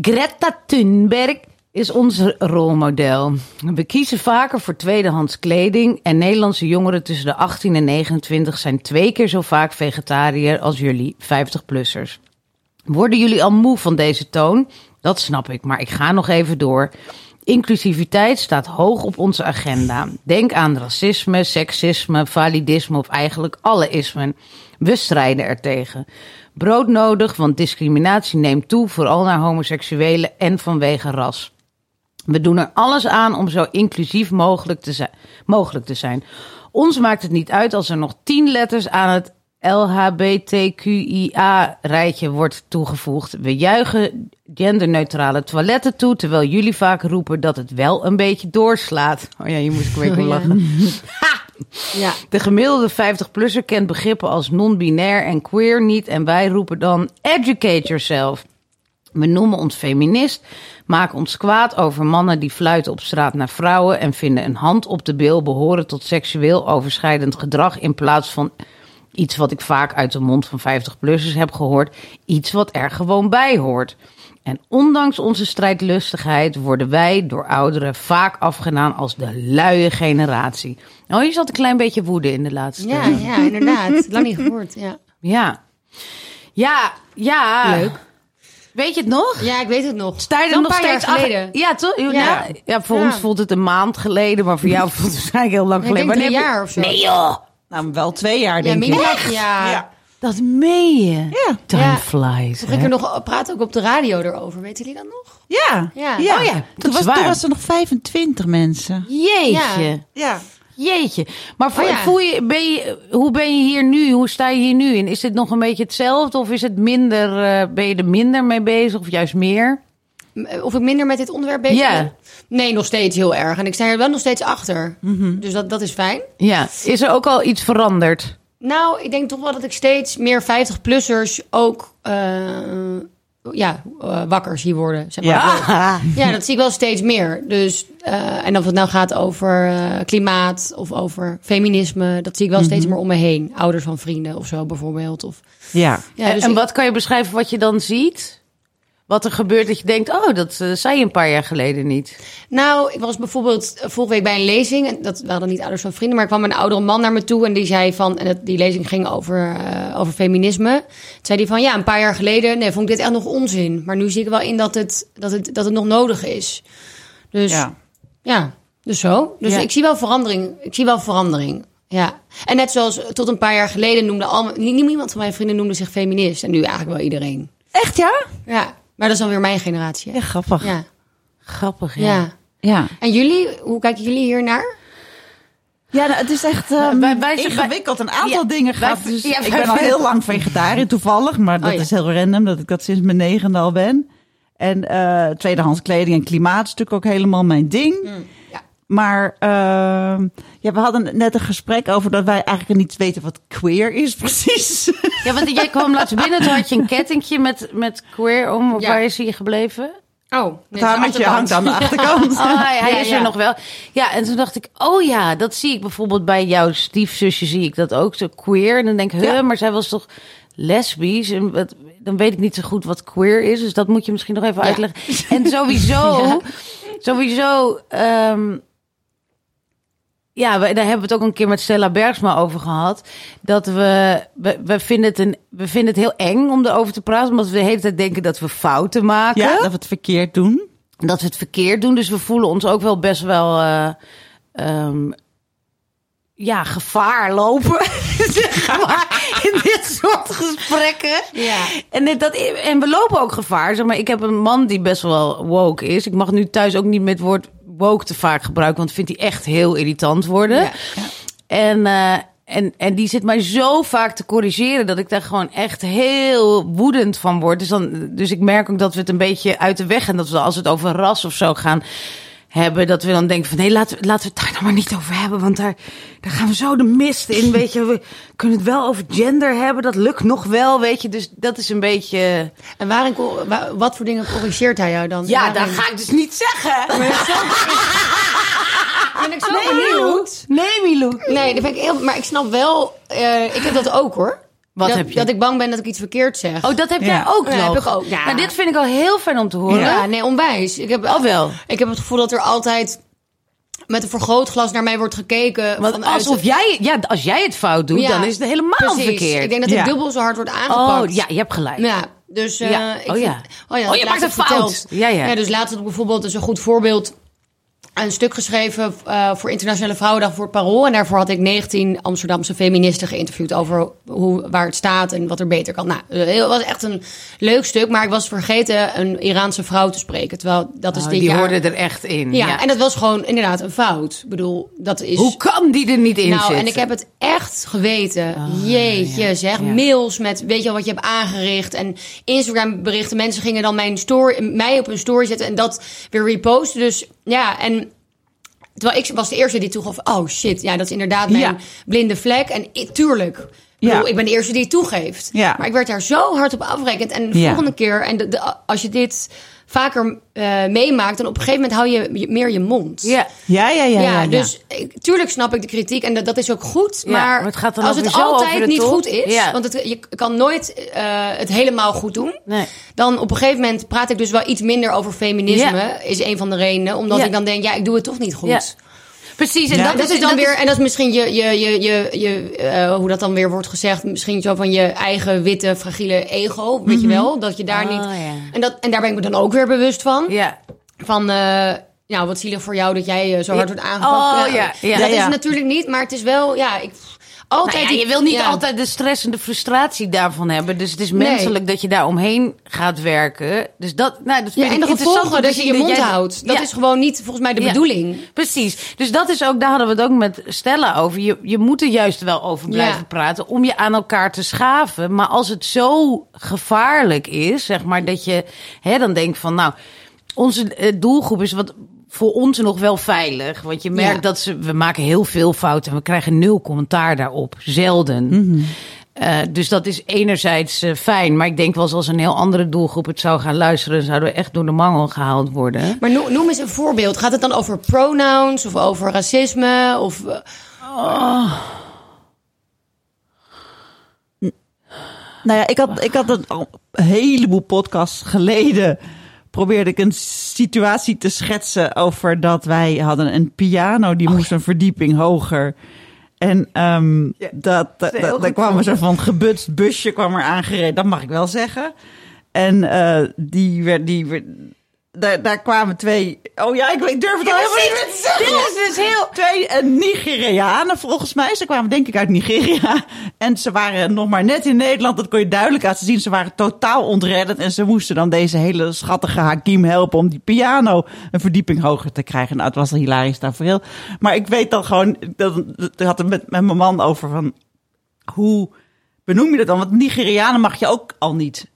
Greta Thunberg is ons rolmodel. We kiezen vaker voor tweedehands kleding. En Nederlandse jongeren tussen de 18 en 29 zijn twee keer zo vaak vegetariër als jullie 50-plussers. Worden jullie al moe van deze toon? Dat snap ik, maar ik ga nog even door. Inclusiviteit staat hoog op onze agenda. Denk aan racisme, seksisme, validisme of eigenlijk alle ismen. We strijden ertegen. Brood nodig, want discriminatie neemt toe, vooral naar homoseksuelen en vanwege ras. We doen er alles aan om zo inclusief mogelijk te, zijn, mogelijk te zijn. Ons maakt het niet uit als er nog tien letters aan het LHBTQIA-rijtje wordt toegevoegd. We juichen genderneutrale toiletten toe, terwijl jullie vaak roepen dat het wel een beetje doorslaat. Oh ja, hier moest ik weer om
Oh ja.
lachen.
Ja.
De gemiddelde 50-plusser kent begrippen als non-binair en queer niet. En wij roepen dan educate yourself. We noemen ons feminist, maken ons kwaad over mannen die fluiten op straat naar vrouwen en vinden een hand op de bil behoren tot seksueel overschrijdend gedrag in plaats van iets wat ik vaak uit de mond van 50-plussers heb gehoord, iets wat er gewoon bij hoort. En ondanks onze strijdlustigheid worden wij door ouderen vaak afgedaan als de luie generatie. Oh, hier zat een klein beetje woede in de laatste.
Ja, ja, inderdaad. Lang niet gehoord, ja.
Ja. Ja, ja.
Leuk.
Weet je het nog?
Ja, ik weet het nog.
Sta je
Wel
er
een
nog
paar
steeds
jaar
achter?
geleden.
Ja, toch? Ja,
Ja.
Ja, voor
Ja.
ons voelt het een maand geleden, maar voor jou voelt het waarschijnlijk heel lang
Ik
geleden.
denk drie
Wanneer heb je-
jaar of zo.
Nee joh,
Nou, wel twee jaar,
Ja,
denk ik.
minimaal. Ja.
Ja.
dat meen je.
Ah. Ja.
Time
Ja.
flies.
Toen ging ik
hè?
er nog eh, praten ook op de radio erover. Weten jullie dat nog?
Ja.
Ja.
Oh ja, dat
Toen
is
was,
waar.
toen was er nog 25 mensen.
Jeetje,
Ja.
Ja.
jeetje. Maar voel,
Oh, ja.
voel je, ben je, hoe ben je hier nu? Hoe sta je hier nu in? Is dit nog een beetje hetzelfde of is het minder, eh, ben je er minder mee bezig of juist meer?
M- Of ik minder met dit onderwerp bezig
Ja.
ben? Nee, nog steeds heel erg. En ik sta er wel nog steeds achter.
Mhm.
Dus dat, dat is fijn.
Ja, is er ook al iets veranderd?
Nou, ik denk toch wel dat ik steeds meer 50-plussers ook eh, ja, eh, wakker zie worden. Zeg maar. Ah! Ja, dat zie ik wel steeds meer. Dus, eh, en of het nou gaat over eh, klimaat of over feminisme, dat zie ik wel
Mhm.
steeds meer om me heen. Ouders van vrienden of zo bijvoorbeeld. Of,
Ja.
ja, dus
en
ik-
wat kan je beschrijven wat je dan ziet? Wat er gebeurt dat je denkt, oh, dat eh, zei je een paar jaar geleden niet.
Nou, ik was bijvoorbeeld eh, vorige week bij een lezing. En dat waren dan niet ouders van vrienden, maar er kwam een oudere man naar me toe. En die zei van, en dat- die lezing ging over, eh, over feminisme. Toen zei die van, ja, een paar jaar geleden nee, vond ik dit echt nog onzin. Maar nu zie ik er wel in dat het, dat het, dat het nog nodig is. Dus ja,
Ja.
dus zo. Dus
Ja.
ik zie wel verandering. Ik zie wel verandering. Ja. En net zoals eh, tot een paar jaar geleden noemde al, nie- niemand van mijn vrienden noemde zich feminist. En nu eigenlijk wel iedereen.
Echt, ja?
Ja, maar dat is dan weer mijn generatie. hè?
Ja, grappig.
ja.
Grappig, ja.
ja.
Ja.
En jullie, hoe kijken jullie hier naar?
Ja, nou, het is echt ehm,
wij- wij-
ingewikkeld. Een aantal
Ja,
dingen gaat.
wij-
dus,
ja,
ik
wij-
ben al heel lang vegetariër toevallig, maar dat
ja.
is heel random dat ik dat sinds mijn negende al ben. En eh, tweedehands kleding en klimaat is natuurlijk ook helemaal mijn ding.
ja.
Maar ehm, ja, we hadden net een gesprek over dat wij eigenlijk niet weten wat queer is precies.
Ja, want jij kwam laatst binnen, toen had je een kettingje met, met queer om.
Ja.
Waar is hij gebleven?
Oh,
Het hamertje hangt aan de achterkant.
Oh, hij hij
Ah, Ja,
is
ja.
er nog wel. Ja, en toen dacht ik, oh ja, dat zie ik bijvoorbeeld bij jouw stiefzusje, zie ik dat ook, zo queer. En dan denk ik, huh, maar zij was toch lesbisch? En wat, dan weet ik niet zo goed wat queer is, dus dat moet je misschien nog even
Ja.
uitleggen. En sowieso Sowieso, ehm, ja, we, daar hebben we het ook een keer met Stella Bergsma over gehad. Dat we, we, we vinden het een, we vinden het heel eng om erover te praten, omdat we de hele tijd denken dat we fouten maken.
Ja, dat we het verkeerd doen.
dat we het verkeerd doen. Dus we voelen ons ook wel best wel. eh, ehm, ja, gevaar lopen. zeg maar, in dit soort gesprekken.
Ja.
En, dit- dat, en we lopen ook gevaar. Zeg maar, ik heb een man die best wel woke is. Ik mag nu thuis ook niet met het woord woke te vaak gebruiken. Want vindt hij echt heel irritant worden.
Ja.
En, eh, en, en die zit mij zo vaak te corrigeren dat ik daar gewoon echt heel woedend van word. Dus, dan, dus ik merk ook dat we het een beetje uit de weg gaan. Dat we dan, als we het over ras of zo gaan hebben, dat we dan denken van nee, laten, we- laten we het daar nou maar niet over hebben. Want daar, daar gaan we zo de mist in. Weet je, we kunnen het wel over gender hebben. Dat lukt nog wel, weet je. Dus dat is een beetje.
En waarin, co- wa- wat voor dingen corrigeert hij jou dan?
Ja,
Waarin?
dat ga ik dus niet zeggen.
Ben ik zo- Ben ik zo benieuwd.
Nee, Milou.
Nee, dat vind ik heel, maar ik snap wel, eh, ik heb dat ook hoor.
Wat
dat,
heb je?
Dat ik bang ben dat ik iets verkeerd zeg.
Oh, dat heb
Ja.
jij ook
Ja,
nog.
heb ik ook, ja.
Nou, dit vind ik al heel fijn om te horen.
ja, nee, onwijs. Ik heb,
Oh, wel.
ik heb het gevoel dat er altijd met een vergrootglas naar mij wordt gekeken.
Want
vanuit-
alsof jij, ja, als jij het fout doet,
Ja,
dan is het helemaal
precies.
verkeerd.
Ik denk dat ik
Ja.
dubbel zo hard wordt aangepakt.
oh, ja, je hebt gelijk.
Ja, dus eh,
Ja.
ik
Oh,
vind-
ja.
oh ja,
Oh, je
laatst
maakt een
heb ik verteld.
fout. Ja, ja.
dus laatst had ik bijvoorbeeld is een goed voorbeeld een stuk geschreven eh, voor Internationale Vrouwendag voor het Parool en daarvoor had ik 19 Amsterdamse feministen geïnterviewd over hoe waar het staat en wat er beter kan. Nou, eh, heel- het was echt een leuk stuk, maar ik was vergeten een Iraanse vrouw te spreken, terwijl dat is
Oh,
dit
die
jaar.
hoorden er echt in.
ja,
Ja,
en dat was gewoon inderdaad een fout. Ik bedoel, dat is
Hoe kan die er niet in
nou,
zitten?
en ik heb het echt geweten.
Ah,
Jeetje,
ja,
zeg.
ja.
Mails met, weet je wel, wat je hebt aangericht. En Instagram berichten. Mensen gingen dan mijn story, mij op hun story zetten. En dat weer reposten. Dus ja, en... Terwijl ik was de eerste die toegaf, oh shit, ja, dat is inderdaad mijn
Ja.
blinde vlek. En ik- tuurlijk, ik,
Ja.
bedoel, ik ben de eerste die het toegeeft.
Ja.
Maar ik werd daar zo hard op afgerekend. En de
Ja.
volgende keer, en de- de- als je dit vaker eh, meemaakt, dan op een gegeven moment hou je je- meer je mond.
ja.
Ja, ja, ja.
Ja,
ja, ja.
dus ik- tuurlijk snap ik de kritiek en dat, dat is ook goed.
Ja,
maar
maar het gaat dan
als
ook
het
weer zo
altijd
over de
niet
top.
goed is,
Ja.
want het, je kan nooit eh, het helemaal goed doen.
Nee.
Dan op een gegeven moment praat ik dus wel iets minder over feminisme,
Ja.
is een van de redenen. Omdat
Ja.
ik dan denk, ja, ik doe het toch niet goed.
Ja. Precies, en
Ja.
Dat, is dan
dus-
weer, en dat is misschien je, je, je, je, je eh, hoe dat dan weer wordt gezegd, misschien zo van je eigen witte, fragiele ego, weet je wel? Dat je daar
Oh,
niet.
ja.
En, dat, en daar ben ik me dan ook weer bewust van
Ja.
van... eh nou, wat zielig voor jou dat jij eh, zo hard wordt aangepakt.
Oh, ja, ja.
Dat
Ja,
is
ja.
het natuurlijk niet, maar het is wel... Ja, ik, altijd
Nou ja,
die-
je wil niet
ja.
altijd de stress en de frustratie daarvan hebben. Dus het is
Nee.
menselijk dat je daar omheen gaat werken. Dus dat, nou, dat vind
Ja, en
ik
de
interessant om
gevolgen
te
dat je
zien
je mond
jij-
houdt. Dat
Ja.
is gewoon niet volgens mij de
Ja.
bedoeling.
Precies. Dus dat is ook, daar hadden we het ook met Stella over. Je, je moet er juist wel over blijven
Ja.
praten om je aan elkaar te schaven. Maar als het zo gevaarlijk is, zeg maar, dat je hè, dan denkt van, nou, onze eh, doelgroep is wat voor ons nog wel veilig. Want je merkt
Ja.
dat ze, we maken heel veel fouten en we krijgen nul commentaar daarop. Zelden.
Mhm.
Eh, dus dat is enerzijds eh, fijn. Maar ik denk wel, als een heel andere doelgroep het zou gaan luisteren, zouden we echt door de mangel gehaald worden.
Maar no- noem eens een voorbeeld. Gaat het dan over pronouns of over racisme? Of, eh,
Nou ja, ik had, ik had een, al een heleboel podcasts geleden. Probeerde ik een situatie te schetsen over dat wij hadden een piano
Oh.
die moest een verdieping hoger. En ehm, dat, dat,
heel
dat,
goed
daar kwam een soort van gebutst busje kwam er aangereden. Dat mag ik wel zeggen. En eh, die werd. Die werd daar, daar kwamen twee. Oh ja, ik, ik durf het al helemaal niet meer te zeggen.
Dit is dus heel
Twee eh, Nigerianen volgens mij. Ze kwamen denk ik uit Nigeria. En ze waren nog maar net in Nederland. Dat kon je duidelijk laten zien. Ze waren totaal ontreddend. En ze moesten dan deze hele schattige Hakim helpen... om die piano een verdieping hoger te krijgen. Nou, het was een hilarisch tafereel. Maar ik weet dan gewoon... Dat, dat ik had het met, met mijn man over van... Hoe benoem je dat dan? Want Nigerianen mag je ook al niet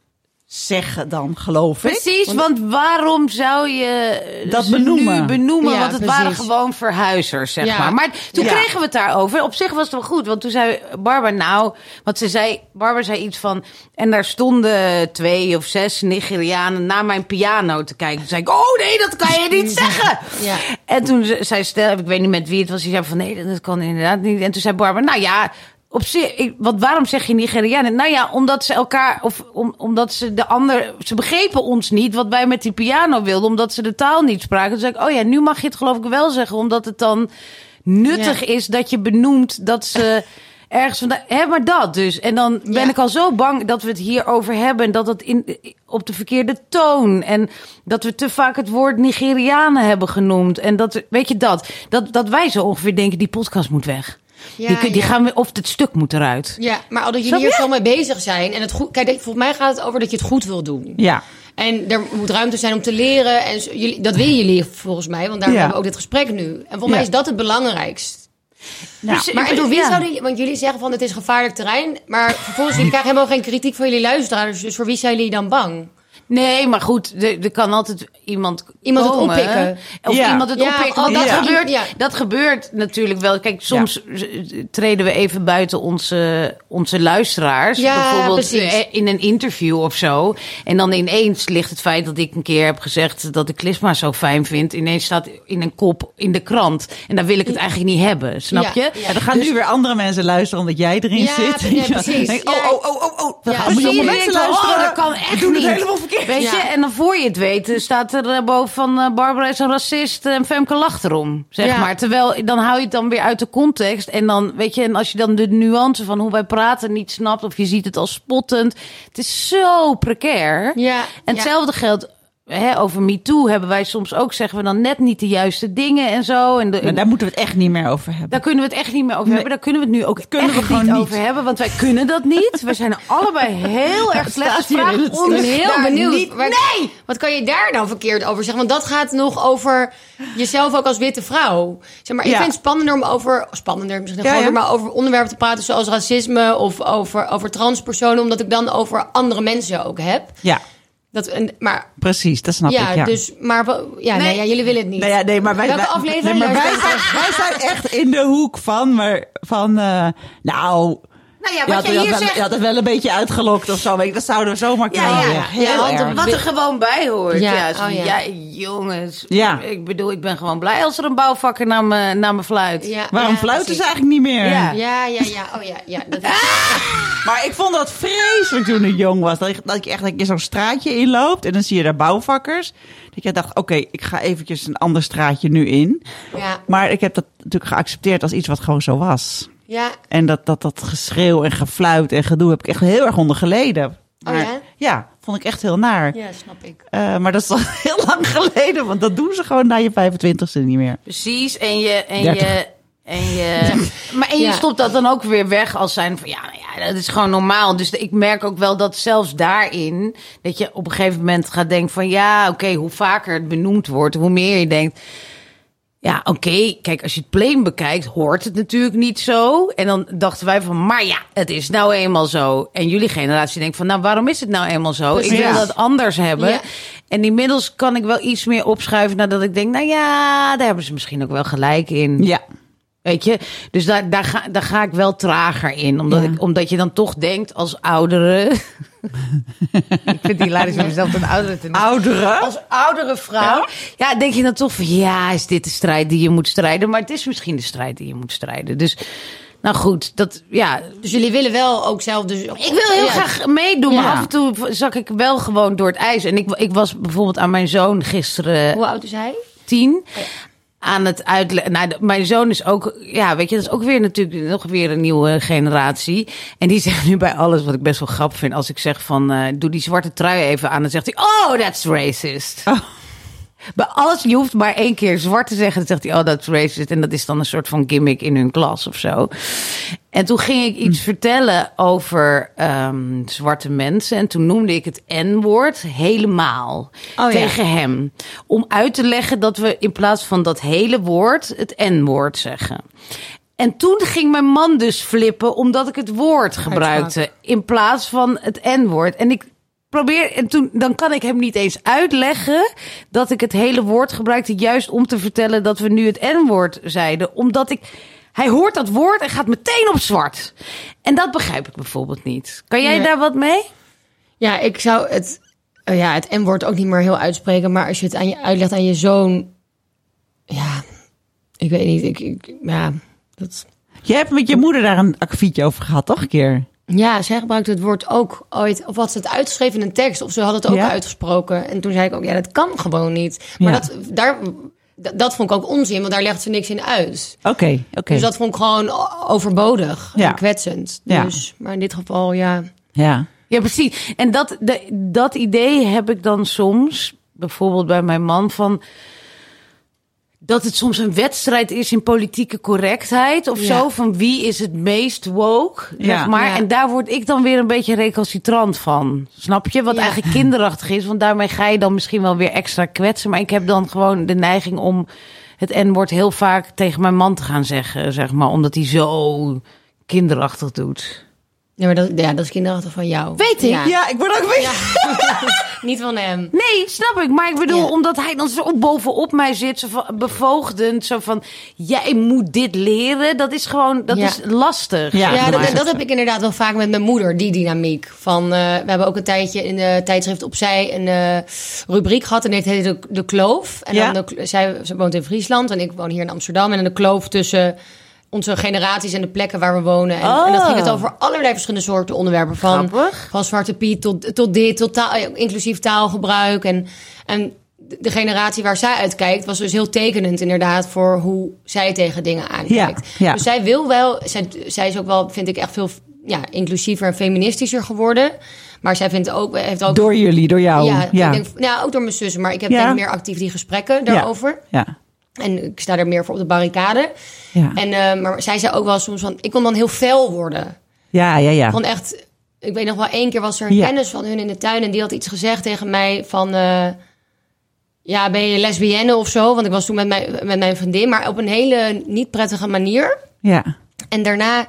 zeggen dan, geloof ik.
Precies, want waarom zou je
Dat
ze
benoemen.
nu benoemen?
Ja,
want het
precies.
waren gewoon verhuizers, zeg
Ja.
maar. Maar toen
Ja.
kregen we het daarover. Op zich was het wel goed, want toen zei Barbara nou... Want ze zei, Barbara zei iets van... En daar stonden twee of zes Nigerianen naar mijn piano te kijken. Toen zei ik, oh nee, dat kan je niet zeggen.
Ja.
En toen ze- zei Stel, ik weet niet met wie het was, die zei van nee, dat kan inderdaad niet. En toen zei Barbara, nou ja... op zich, ik- want waarom zeg je Nigerianen? Nou ja, omdat ze elkaar, of om, omdat ze de ander, ze begrepen ons niet wat wij met die piano wilden, omdat ze de taal niet spraken. Toen zei ik, oh ja, nu mag je het geloof ik wel zeggen, omdat het dan nuttig
Ja.
is dat je benoemt dat ze ergens vandaan, hè, maar dat dus. En dan ben
Ja.
ik al zo bang dat we het hierover hebben en dat dat in, op de verkeerde toon en dat we te vaak het woord Nigerianen hebben genoemd en dat, weet je dat, dat, dat wij zo ongeveer denken, die podcast moet weg.
Ja,
die, kun- die
ja.
gaan we, of het stuk moet eruit.
Ja, maar al dat
Snap
jullie
je?
hier zo mee bezig zijn. En het goed, kijk, volgens mij gaat het over dat je het goed wil doen.
Ja.
En er moet ruimte zijn om te leren. En zo- jullie, dat willen jullie volgens mij, want daar
Ja.
hebben we ook dit gesprek nu. En volgens mij
Ja.
is dat het belangrijkst.
Ja.
Dus-
Maar en door wie
ja.
zouden jullie... Want jullie zeggen van het is gevaarlijk terrein. Maar vervolgens jullie krijgen helemaal geen kritiek van jullie luisteraars. Dus voor wie zijn jullie dan bang?
Nee, maar goed, er er kan altijd iemand
Iemand het
komen.
oppikken.
Of
Ja.
iemand het
Ja,
oppikken.
al
Want dat,
die-
gebeurt,
ja.
dat gebeurt natuurlijk wel. Kijk, soms eh, treden we even buiten onze, onze luisteraars.
Ja,
Bijvoorbeeld
precies.
eh, in een interview of zo. En dan ineens ligt het feit dat ik een keer heb gezegd... dat ik klisma zo fijn vind. Ineens staat in een kop in de krant. En dan wil ik het eigenlijk niet hebben, snap
Ja.
je?
Ja, dan
Dus-
gaan nu weer andere mensen luisteren omdat jij erin
Ja,
zit.
ja, precies.
Denk, oh,
Ja.
oh, oh, oh, oh. Dan
Ja,
gaan
precies.
allemaal mensen
Precies, je denkt wel,
luisteren.
Oh, dat kan echt
We doen
niet.
het helemaal verkeerd.
Weet je,
Ja.
en dan voor je het weet eh, staat er eh, boven van eh, Barbara is een racist eh, en Femke lacht erom, zeg
Ja.
maar. Terwijl, dan hou je het dan weer uit de context en dan, weet je, en als je dan de nuance van hoe wij praten niet snapt of je ziet het als spottend. Het is zo precair.
Ja.
En hetzelfde geldt hè, over MeToo hebben wij soms ook, zeggen we dan net niet de juiste dingen en zo. En de,
Maar daar moeten we het echt niet meer over hebben.
daar kunnen we het echt niet meer over hebben. Daar kunnen we het nu ook
kunnen we
echt
gewoon
niet
niet.
over hebben. Want wij kunnen dat niet. We zijn allebei heel erg slecht.
staat
Het
hier in het
vraagt
stuk. Nou,
ons
Ik ben heel
daar
benieuwd.
niet-
Waar-
Nee!
Wat kan je daar dan verkeerd over zeggen? Want dat gaat nog over jezelf ook als witte vrouw. Zeg maar, ik
Ja.
vind het spannender om over... Spannender, misschien
Ja,
gewoon
ja.
weer maar over onderwerpen te praten... zoals racisme of over, over transpersonen... omdat ik dan over andere mensen ook heb.
Ja,
Dat, en, maar
precies. Dat snap
ja,
ik. Ja.
dus... Maar, we- ja, nee.
Nee.
ja, jullie willen het niet.
Nou ja, nee, maar wij,
Welke
wij-
aflevering?
nee, maar wij,
Luister.
zijn, wij zijn echt in de hoek van, maar van, eh, nou,
Nou ja,
je had, je
wat
had
jij hier
wel, je
zegt...
had het wel een beetje uitgelokt of zo. weet je, Dat zouden we zomaar kunnen
Ja, ja,
zeggen.
ja,
Heel
want
erg.
wat er gewoon bij hoort.
Ja,
Ja,
oh
zo-
ja.
ja, jongens.
Ja.
Ik bedoel, ik ben gewoon blij als er een bouwvakker naar me, naar me fluit.
Ja,
Waarom
ja,
fluiten ze
precies.
eigenlijk niet meer?
Ja. eigenlijk?
Ja, ja, ja. Oh ja, ja. Dat is,
Maar ik vond dat vreselijk toen ik jong was. Dat ik, dat ik echt een keer zo'n straatje inloopt en dan zie je daar bouwvakkers. Dat je dacht, oké, ik ga eventjes een ander straatje nu in.
ja,
Maar ik heb dat natuurlijk geaccepteerd als iets wat gewoon zo was.
ja.
En dat, dat, dat geschreeuw en gefluit en gedoe heb ik echt heel erg onder geleden. Maar,
Oh ja?
vond ik echt heel naar.
Ja, snap ik.
Eh, maar dat is al heel lang geleden, want dat doen ze gewoon na je 25ste niet meer.
Precies, en je... En
Dertig.
je en je, maar en je
Ja.
stopt dat dan ook weer weg als zijn van ja, nou ja, dat is gewoon normaal. Dus ik merk ook wel dat zelfs daarin, dat je op een gegeven moment gaat denken van ja, oké, hoe vaker het benoemd wordt, hoe meer je denkt, ja, oké, kijk, als je het plain bekijkt, hoort het natuurlijk niet zo. En dan dachten wij van, maar ja, het is nou eenmaal zo. En jullie generatie denkt van, nou, waarom is het nou eenmaal zo? Ik wil
Precies.
dat anders hebben.
Ja.
En inmiddels kan ik wel iets meer opschuiven nadat ik denk, nou ja, daar hebben ze misschien ook wel gelijk in.
Ja,
Weet je? Dus daar, daar, ga, daar ga ik wel trager in. Omdat,
Ja.
ik, omdat je dan toch denkt als oudere. ik vind die hilarisch om mezelf een oudere te noemen.
ouderen.
Als oudere vrouw. Ja, denk je dan toch van ja, is dit de strijd die je moet strijden? Maar het is misschien de strijd die je moet strijden. Dus nou goed, dat ja.
Dus jullie willen wel ook zelf... Dus,
Ik wil heel graag meedoen, maar
Ja.
af en toe zak ik wel gewoon door het ijs. En ik, ik was bijvoorbeeld aan mijn zoon gisteren
Hoe oud is hij?
tien. Aan het uitleggen. Nou, de- mijn zoon is ook. Ja, weet je, dat is ook weer natuurlijk nog weer een nieuwe generatie. En die zegt nu bij alles wat ik best wel grappig vind. Als ik zeg van. eh, doe die zwarte trui even aan. Dan zegt hij. Oh, that's racist. Bij alles, je hoeft maar één keer zwart te zeggen. Dan zegt hij, oh, dat is racist. En dat is dan een soort van gimmick in hun klas of zo. En toen ging ik iets vertellen over ehm, zwarte mensen. En toen noemde ik het N-woord helemaal
ja.
tegen hem. Om uit te leggen dat we in plaats van dat hele woord het N-woord zeggen. En toen ging mijn man dus flippen omdat ik het woord gebruikte eh, in plaats van het N-woord. En ik probeer en toen dan kan ik hem niet eens uitleggen dat ik het hele woord gebruikte juist om te vertellen dat we nu het N-woord zeiden, omdat ik hij hoort dat woord en gaat meteen op zwart. En dat begrijp ik bijvoorbeeld niet. Kan jij
Nee.
daar wat mee?
Ja, ik zou het, eh, ja, het M-woord ook niet meer heel uitspreken. Maar als je het aan je uitlegt aan je zoon. Ja, ik weet niet. Ik, ik- ja, dat,
Je hebt met je moeder daar een akkefietje over gehad, toch een keer?
Ja, zij gebruikte het woord ook ooit. Of had ze het uitgeschreven in een tekst, of ze had het ook
Ja.
uitgesproken. En toen zei ik ook, ja, dat kan gewoon niet. Maar
Ja.
dat, daar, d- dat vond ik ook onzin, want daar legde ze niks in uit.
Oké, oké.
Dus dat vond ik gewoon o- overbodig
Ja.
en kwetsend.
Ja.
Dus, maar in dit geval, ja.
Ja.
Ja, precies. En dat, de- dat idee heb ik dan soms, bijvoorbeeld bij mijn man, van dat het soms een wedstrijd is in politieke correctheid of
Ja.
zo. Van wie is het meest woke,
Ja.
zeg maar.
Ja.
En daar word ik dan weer een beetje recalcitrant van. Snap je? Wat
Ja.
eigenlijk kinderachtig is, want daarmee ga je dan misschien wel weer extra kwetsen. Maar ik heb dan gewoon de neiging om het N-woord heel vaak tegen mijn man te gaan zeggen, zeg maar. Omdat hij zo kinderachtig doet.
Ja, maar dat, ja, dat is kinderachtig van jou.
Weet ik,
Ja.
ik word ook een
Ja. niet van hem.
Nee, snap ik. Maar ik bedoel,
Ja.
omdat hij dan zo bovenop mij zit, zo van, bevoogdend, zo van, jij moet dit leren. Dat is gewoon, dat
Ja.
is lastig.
Ja,
zeg
Ja,
maar.
dat, dat heb ik inderdaad wel vaak met mijn moeder, die dynamiek. Van, eh, we hebben ook een tijdje in de tijdschrift Opzij een eh, rubriek gehad. En dit heette de, de Kloof. En
Ja.
dan de, kl- zij ze woont in Friesland en ik woon hier in Amsterdam. En dan de kloof tussen onze generaties en de plekken waar we wonen. En, en dat ging het
Oh.
over allerlei verschillende soorten onderwerpen. Van,
Grappig.
van Zwarte Piet tot, tot dit, tot taal, eh, inclusief taalgebruik. En, en de generatie waar zij uit kijkt, was dus heel tekenend inderdaad... voor hoe zij tegen dingen aankijkt.
ja.
Dus zij wil wel, zij, zij is ook wel, vind ik, echt veel ja, inclusiever en feministischer geworden. Maar zij vindt ook, heeft ook...
Door jullie, door jou.
ja,
Ja.
ik
Ja.
Denk, ja, ook door mijn zussen. Maar ik heb
Ja.
denk ik meer actief die gesprekken daarover.
ja.
En ik sta er meer voor op de barricade. En, eh, maar zij zei ook wel soms van... Ik kon dan heel fel worden.
ja, ja, ja.
Van echt... Ik weet nog wel één keer was er een
Ja.
kennis van hun in de tuin... en die had iets gezegd tegen mij van... eh, ja, ben je lesbienne of zo? Want ik was toen met mijn, met mijn vriendin... maar op een hele niet prettige manier.
Ja.
En daarna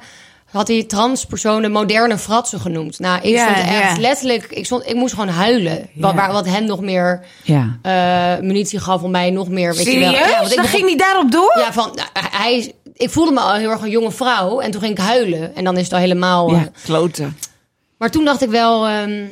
had hij transpersonen moderne fratsen genoemd. Nou, ik
Ja,
stond echt
ja.
letterlijk... Ik, stond, ik moest gewoon huilen. Wat,
Ja.
waar- wat hem nog meer
Ja.
eh, munitie gaf... om mij nog meer... Weet Je wel.
Serieus?
Ja, want ik
dan
begon-
ging hij daarop door?
ja, van, nou, hij, ik voelde me al heel erg een jonge vrouw. En toen ging ik huilen. En dan is het al helemaal... eh,
Ja. Kloten.
maar toen dacht ik wel... ehm,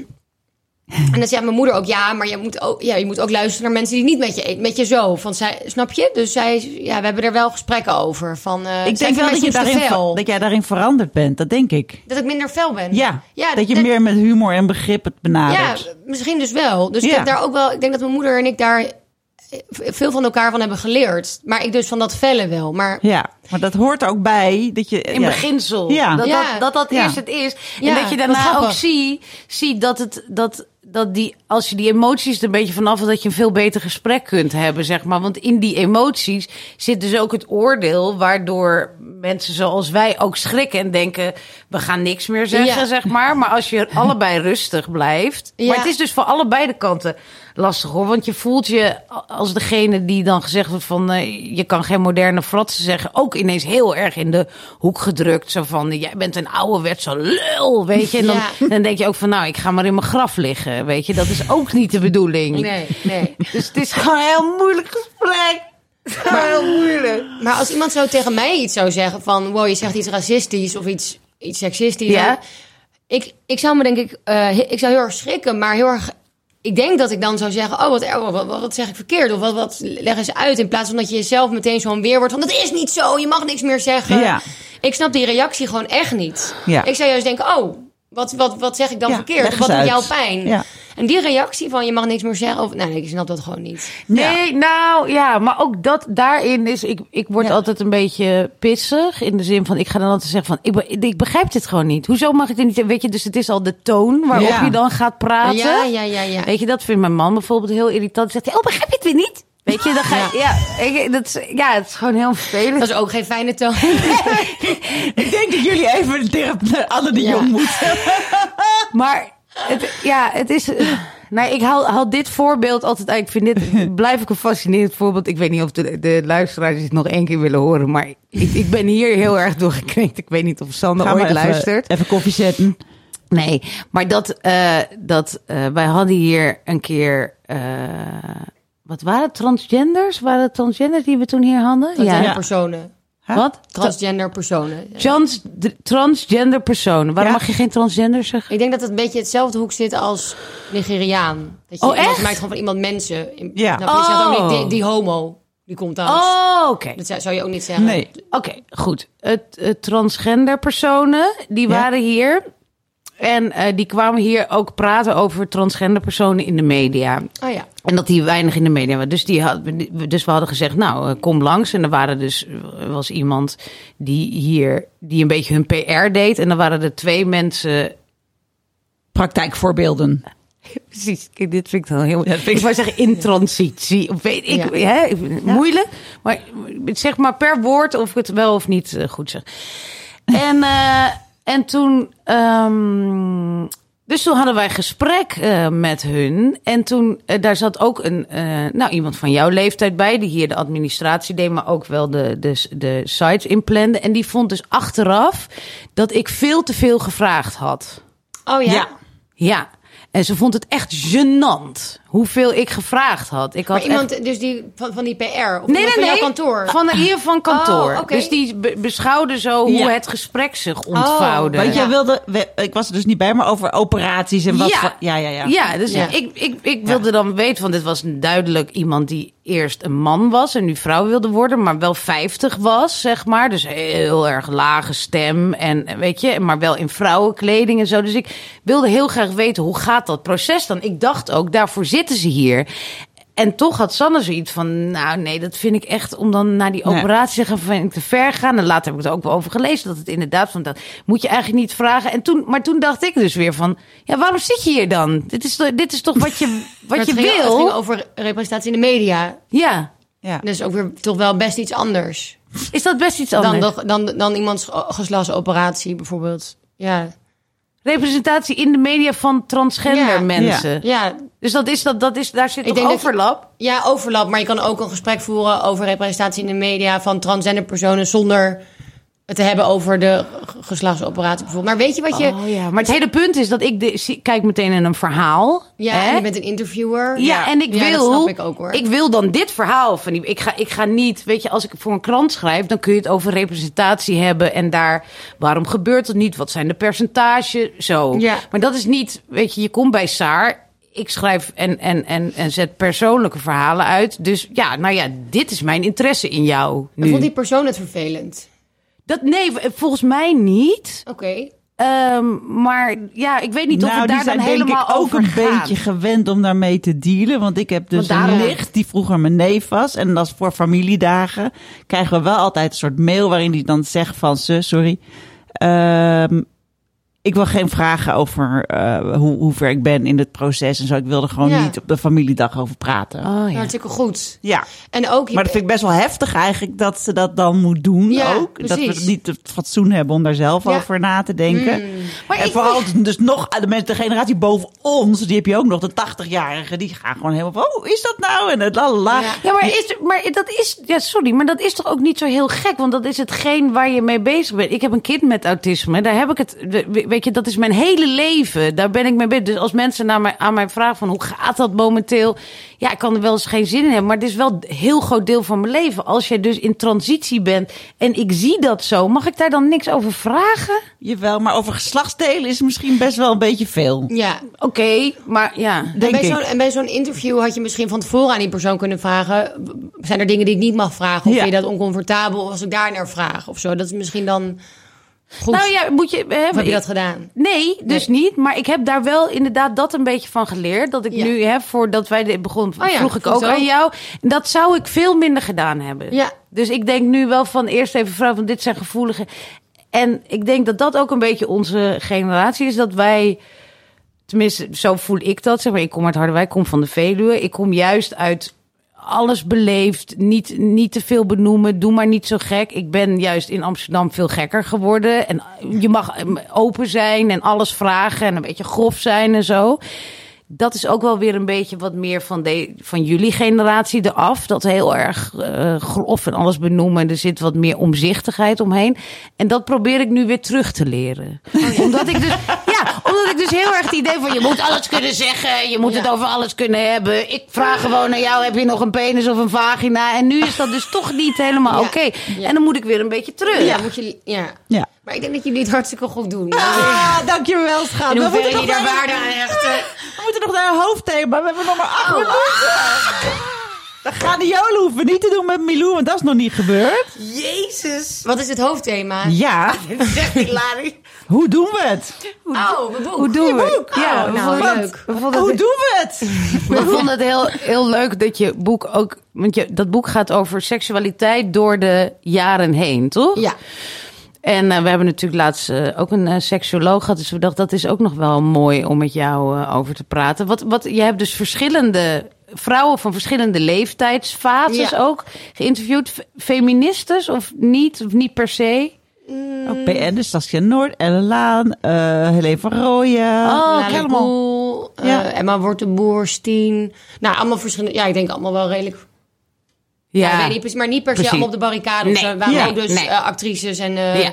en dan zei mijn moeder ook... Ja, maar je moet ook, ja, je moet ook luisteren naar mensen die niet met je, met je zo... Van zij, snap je? Dus zij, ja, we hebben er wel gesprekken over. Van, eh,
Ik
zij
denk wel
vindt
dat, je
mij soms te
daarin,
fel.
ver- dat jij daarin veranderd bent, dat denk ik.
Dat ik minder fel ben.
Ja,
Ja,
dat je
dat-
meer met humor en begrip het benadert.
Ja, misschien dus wel. Dus
Ja.
ik heb daar ook wel... Ik denk dat mijn moeder en ik daar eh, veel van elkaar van hebben geleerd. Maar ik dus van dat fellen wel. Maar
Ja, maar dat hoort ook bij dat je...
In
ja.
beginsel.
Ja.
Dat,
Ja.
dat dat, dat
Ja.
eerst het is. En
Ja,
dat je
wat
daarna
grappig.
ook ziet zie dat, het, dat, dat die, als je die emoties er een beetje vanaf wil, dat je een veel beter gesprek kunt hebben, zeg maar. Want in die emoties zit dus ook het oordeel, waardoor mensen zoals wij ook schrikken en denken, we gaan niks meer zeggen,
Ja.
zeg maar. Maar als je allebei rustig blijft.
Ja.
Maar het is dus voor allebei de kanten lastig hoor. Want je voelt je a- als degene die dan gezegd wordt van eh, je kan geen moderne fratsen zeggen. Ook ineens heel erg in de hoek gedrukt. Zo van jij bent een ouderwetse lul. Weet je. En dan,
Ja.
dan denk je ook van nou ik ga maar in mijn graf liggen. Weet je. Dat is ook niet de bedoeling.
nee, nee.
Dus het is gewoon een heel moeilijk gesprek. Het is gewoon heel moeilijk.
Maar als iemand zo tegen mij iets zou zeggen van... wow, je zegt iets racistisch of iets, iets seksistisch...
Ja.
dan- Ik, ik zou me denk ik... eh, he- ik zou heel erg schrikken, maar heel erg... Ik denk dat ik dan zou zeggen... oh, wat, erg, wat, wat, wat zeg ik verkeerd? Of wat, wat leg eens uit? In plaats van dat je jezelf meteen zo'n weer wordt van... dat is niet zo, je mag niks meer zeggen.
Ja.
Ik snap die reactie gewoon echt niet.
Ja.
Ik zou juist denken... oh, wat, wat, wat zeg ik dan
Ja,
verkeerd?
leg
Of wat
eens
doet
uit.
jou pijn?
Ja.
En die reactie van je mag niks meer zeggen... Of, nou, nee, ik snap dat gewoon niet.
Nee, nou ja, maar ook dat daarin is. Ik, ik word altijd een beetje pissig. In de zin van, ik ga dan altijd zeggen: van, ik, be- ik begrijp dit gewoon niet. Hoezo mag ik dit niet? Weet je, dus het is al de toon waarop
Ja.
je dan gaat praten.
Ja, ja, ja, ja.
Weet je, dat vindt mijn man bijvoorbeeld heel irritant. Die Zegt hij: Oh, begrijp je het weer niet? Weet je, dan ga je. Ja, ik- dat, is- ja het is gewoon heel vervelend.
Dat is ook geen fijne toon.
Ik denk dat jullie even tegen Anne de
Ja.
Jong moeten.
Maar het, ja, het is. Nou, ik haal, haal dit voorbeeld altijd uit. Ik vind dit blijf ik een fascinerend voorbeeld. Ik weet niet of de, de luisteraars dit nog één keer willen horen. Maar ik, ik ben hier heel erg door gekrenkt. Ik weet niet of Sander ooit luistert.
Even koffie zetten.
Nee, maar dat, eh, dat eh, wij hadden hier een keer. eh, wat waren het? Transgenders? Waren het transgenders die we toen hier hadden?
Transgender
Ja.
personen.
Wat?
Transgender personen.
Trans, transgender personen. Waarom
Ja.
mag je geen transgender zeggen?
Ik denk dat het een beetje hetzelfde hoek zit als Nigeriaan. Dat je
Oh,
iemand
echt?
maakt gewoon van iemand mensen. In-
Ja.
snap je? Je zegt ook
Oh.
niet die, die homo. Die komt uit.
Oh, oké.
Dus
Dat zou- zou je ook niet zeggen.
Nee.
Oké, goed. Het, het transgender personen, die
Ja.
waren hier. En eh, die kwamen hier ook praten over transgender personen in de media.
Oh ja.
En dat die weinig in de media waren. Dus, die had, dus we hadden gezegd, nou, eh, kom langs. En er waren dus, eh, was iemand die hier die een beetje hun PR deed. En dan waren er twee mensen
Praktijkvoorbeelden.
Precies, Kijk, dit vind ik dan heel.
dat vind ik-
ik wou zeggen in transitie. Of weet ik,
Ja.
hè? ik vind het moeilijk. Maar zeg maar per woord of ik het wel of niet eh, goed zeg. En, eh, en toen. ehm, dus toen hadden wij gesprek eh, met hun. En toen, eh, daar zat ook een, eh, nou, iemand van jouw leeftijd bij, die hier de administratie deed, maar ook wel de, de, de sites inplande. En die vond dus achteraf dat ik veel te veel gevraagd had.
Oh ja.
Ja.
Ja, en ze vond het echt gênant hoeveel ik gevraagd had. Ik had
Maar iemand,
echt-
dus die van, van die PR? Of iemand van jouw kantoor?
Van hier van kantoor.
Oh, oké. Oh,
Dus die be- beschouwde zo hoe
Ja.
het gesprek zich ontvouwde.
Want
Ja.
jij wilde, we- ik was er dus niet bij, maar over operaties en wat
ja.
voor- ja, ja, ja.
Ja, dus
Ja.
Ik, ik, ik wilde dan weten, want dit was duidelijk iemand die eerst een man was en nu vrouw wilde worden, maar wel 50 was, zeg maar. Dus heel erg lage stem en eh, weet je, maar wel in vrouwenkleding en zo. Dus ik wilde heel graag weten hoe gaat dat proces dan? Ik dacht ook, daarvoor zitten ze hier. En toch had Sanne zoiets van, nou nee, dat vind ik echt om dan naar die
Nee.
operatie te gaan, vind ik te ver gaan. En later heb ik er ook wel over gelezen dat het inderdaad van dat moet je eigenlijk niet vragen. En toen, maar toen dacht ik dus weer van, ja, waarom zit je hier dan? Dit is, toch- dit is toch wat je,
Maar
wat je
het ging, Het ging
wil?
over representatie in de media.
Ja,
Ja.
Dus ook weer toch wel best iets anders.
is dat best iets anders?
Dan, dan, dan, dan iemands geslachtsoperatie bijvoorbeeld. Ja.
Representatie in de media van transgender
Ja.
mensen.
Ja,
Dus dat is dat, dat is, daar zit
Ik
toch
denk dat je-
overlap?
ja, overlap. Maar je kan ook een gesprek voeren over representatie in de media van transgender personen zonder het te hebben over de g- geslachtsoperatie bijvoorbeeld. Maar weet je wat je...
Oh ja, maar het hele punt is dat ik de, zie- kijk meteen in een verhaal.
Ja,
hè?
en je bent een interviewer.
Ja, en ik
Ja,
wil.
dat snap ik ook hoor.
ik wil dan dit verhaal van die. Ik ga, ik ga niet. Weet je, als ik voor een krant schrijf, dan kun je het over representatie hebben. En daar. Waarom gebeurt het niet? Wat zijn de percentages? Zo.
Ja.
Maar dat is niet. Weet je, je komt bij Saar. Ik schrijf en, en, en, en zet persoonlijke verhalen uit. Dus ja, nou ja, dit is mijn interesse in jou.
En vond
Nu.
die persoon het vervelend?
Dat, nee, volgens mij niet.
Oké.
Ehm, maar ja, ik weet niet of
nou,
het
die
daar
zijn
dan
denk
helemaal
ik ook
over
een
gaat.
beetje gewend om daarmee te dealen. Want ik heb dus
Want daarom-
een nicht die vroeger mijn neef was. En dat is voor familiedagen. Krijgen we wel altijd een soort mail waarin die dan zegt van... Zus, sorry, ehm, ik wil geen vragen over eh, hoe, hoe ver ik ben in het proces en zo. Ik wil er gewoon
Ja.
niet op de familiedag over praten.
Oh, ja.
Hartstikke goed.
Ja,
En ook...
maar dat vind ik best wel heftig eigenlijk dat ze dat dan moet doen
Ja,
ook. Dat we
precies.
het niet het fatsoen hebben om daar zelf
Ja. Hmm.
over na te denken.
Maar
en
ik-
vooral dus nog de, mensen, de generatie boven ons, die heb je ook nog, de 80-jarigen, die gaan gewoon helemaal van, oh, hoe is dat nou? En het lalala.
Ja.
Ja, maar, is, maar dat is. Ja, sorry, maar dat is toch ook niet zo heel gek? Want dat is hetgeen waar je mee bezig bent. Ik heb een kind met autisme. Daar heb ik het. we- Weet je, dat is mijn hele leven. Daar ben ik mee bezig. Dus als mensen naar mij, aan mij vragen van hoe gaat dat momenteel? Ja, ik kan er wel eens geen zin in hebben. Maar het is wel een heel groot deel van mijn leven. Als jij dus in transitie bent en ik zie dat zo, mag ik daar dan niks over vragen?
Jawel, maar over geslachtsdelen is misschien best wel een beetje veel.
Ja.
Oké, maar ja.
En
Denk
bij,
ik.
zo'n, en bij zo'n interview had je misschien van tevoren aan die persoon kunnen vragen... w- zijn er dingen die ik niet mag vragen? Of
Ja.
vind je dat oncomfortabel? Of als ik daar naar vraag of zo? Dat is misschien dan goed.
Nou ja, moet je. Hè,
of heb je
ik-
dat gedaan?
Nee, dus niet. Maar ik heb daar wel inderdaad dat een beetje van geleerd. Dat ik
Ja.
nu heb, voordat wij dit begonnen,
Oh ja,
vroeg ik
goed
ook
zo.
aan jou. Dat zou ik veel minder gedaan hebben.
Ja.
Dus ik denk nu wel van eerst even vrouw, van dit zijn gevoelige. En ik denk dat dat ook een beetje onze generatie is. Dat wij, tenminste zo voel ik dat. Zeg maar, ik kom uit Harderwijk, ik kom van de Veluwe. Ik kom juist uit alles beleefd, niet, niet te veel benoemen, doe maar niet zo gek. Ik ben juist in Amsterdam veel gekker geworden. En je mag eh, open zijn en alles vragen en een beetje grof zijn en zo. Dat is ook wel weer een beetje wat meer van, de, van jullie generatie eraf. Dat heel erg eh, grof en alles benoemen. Er zit wat meer omzichtigheid omheen. En dat probeer ik nu weer terug te leren.
Oh
Omdat ik dus... Ja, omdat ik dus heel erg het idee van... je moet alles kunnen zeggen, je moet het over alles kunnen hebben. Ik vraag gewoon naar jou, heb je nog een penis of een vagina? En nu is dat dus toch niet helemaal
Ja.
oké. En dan moet ik weer een beetje terug.
Ja, moet je, ja.
Ja.
Maar ik denk dat jullie het hartstikke goed doen.
Ah, dankjewel, schat.
In
We moeten,
hoeverre
nog
jullie daar
naar,
waarde aan hechten. Oh.
we moeten nog naar een hoofdthema. We hebben nog maar acht minuten. Dan gaan de jolen hoeven we niet te doen met Milou, want dat is nog niet gebeurd.
Jezus.
Wat is het hoofdthema?
Ja,
Zegt Hilary.
hoe doen we het?
Oh, mijn boek.
Hoe doen we
boek.
het? Ja,
Oh,
we
nou,
vonden het-
leuk.
We vonden
Hoe
het,
doen we het?
we vonden het heel, heel leuk dat je boek ook... Want je, dat boek gaat over seksualiteit door de jaren heen, toch?
Ja.
En eh, we hebben natuurlijk laatst eh, ook een eh, seksoloog gehad. Dus we dachten, dat is ook nog wel mooi om met jou eh, over te praten. Wat, wat, je hebt dus verschillende vrouwen van verschillende leeftijdsfases
Ja.
ook geïnterviewd. F- Feministes of niet, of niet per se.
Oh, PN, dus Saskia Noord, Ellen Laan, eh Helene van Rooyen.
Oh,
Nali Boel, eh,
Ja.
Emma wordt de boer, Stien. Nou, allemaal verschillende. Ja, ik denk allemaal wel redelijk. Ja. ik weet niet, precies, maar niet per se
Precies.
allemaal op de barricade.
Nee,
Ze waren
ja,
ook dus
nee.
eh, actrices en eh
Ja.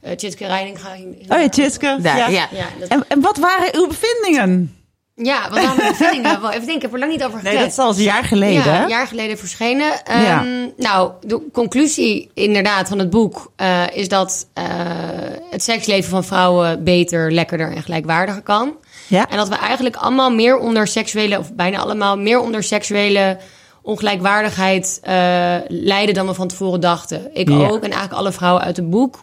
eh, Tjitske Reininga.
Oh ja, Tjitske.
Daar, ja.
Ja, dat-
En, en wat waren uw bevindingen?
ja, wat waren de bevindingen? Wel, Even denken, ik heb er lang niet over
Nee,
gekeken.
dat is al eens een jaar geleden.
Ja,
hè?
een jaar geleden verschenen.
Ja.
Ehm, Nou, de conclusie inderdaad van het boek eh, is dat eh, het seksleven van vrouwen beter, lekkerder en gelijkwaardiger kan.
Ja.
En dat we eigenlijk allemaal meer onder seksuele, of bijna allemaal meer onder seksuele ongelijkwaardigheid eh, lijden dan we van tevoren dachten. Ik
Ja.
ook en eigenlijk alle vrouwen uit het boek.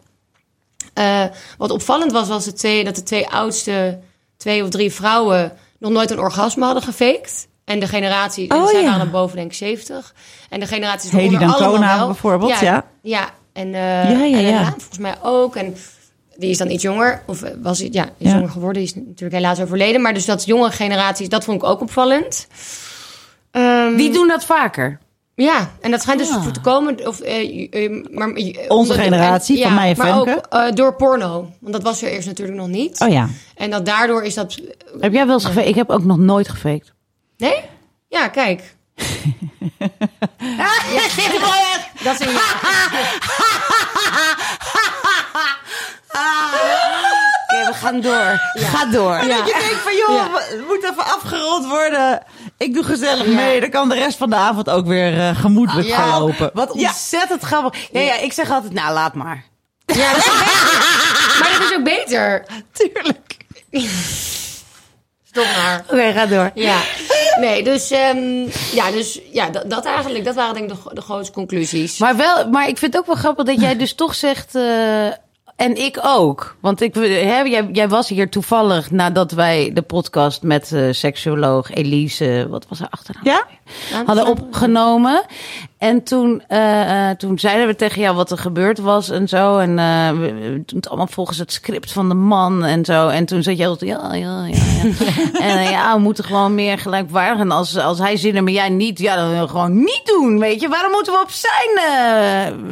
Eh, wat opvallend was, was de twee, dat de twee oudste, twee of drie vrouwen nog nooit een orgasme hadden gefaked. En de generatie,
Oh,
en zij
ja.
waren dan boven denk ik 70. En de generaties
Hedy
onder
Dancona
allemaal wel.
bijvoorbeeld, ja.
Ja, ja. en eh ja,
ja, ja.
volgens mij ook. En die is dan iets jonger, of eh, was ja, is
Ja.
jonger geworden, die is natuurlijk helaas overleden. Maar dus dat jonge generaties, dat vond ik ook opvallend. Ehm,
Die doen dat vaker.
ja, en dat schijnt dus
Ah.
voor te komen. Of, eh, eh, maar, eh, omdat-
generatie,
en-
van mij en
maar
Femke.
ook eh, door porno. Want dat was er eerst natuurlijk nog niet.
Oh ja.
En dat daardoor is dat...
Heb jij wel eens gefaked? Ik heb ook nog nooit gefaked.
Nee? Ja, kijk. Ja, dat is een ja.
Oké, we gaan door. Ga door.
Dat je denkt van, joh,
Ja.
het moet even afgerond worden. Ik doe gezellig mee. Dan kan de rest van de avond ook weer eh, gemoedelijk
Ja.
gaan lopen.
Wat
Ja.
ontzettend grappig. Ja, ja, ik zeg altijd, nou, laat maar.
ja dat is ook beter. Maar dat is ook beter.
Tuurlijk.
Stop maar.
Oké, ga door.
Ja, nee, dus, ehm, ja, dus ja, dat, dat eigenlijk, dat waren denk ik de, gro- de grootste conclusies.
Maar, wel, maar ik vind het ook wel grappig dat jij dus toch zegt... eh, en ik ook. Want ik, hè, jij, jij was hier toevallig nadat wij de podcast met eh seksoloog Elise... Wat was haar achternaam?
Ja?
hadden opgenomen. En toen, eh, eh, toen zeiden we tegen jou wat er gebeurd was en zo. En eh, we, we doen het allemaal volgens het script van de man en zo. En toen zat je altijd, ja, ja, ja. ja. en eh, ja, we moeten gewoon meer gelijkwaardig. En als, als hij zin heeft, maar jij niet, ja, dan willen we gewoon niet doen, weet je. Waarom moeten we op zijn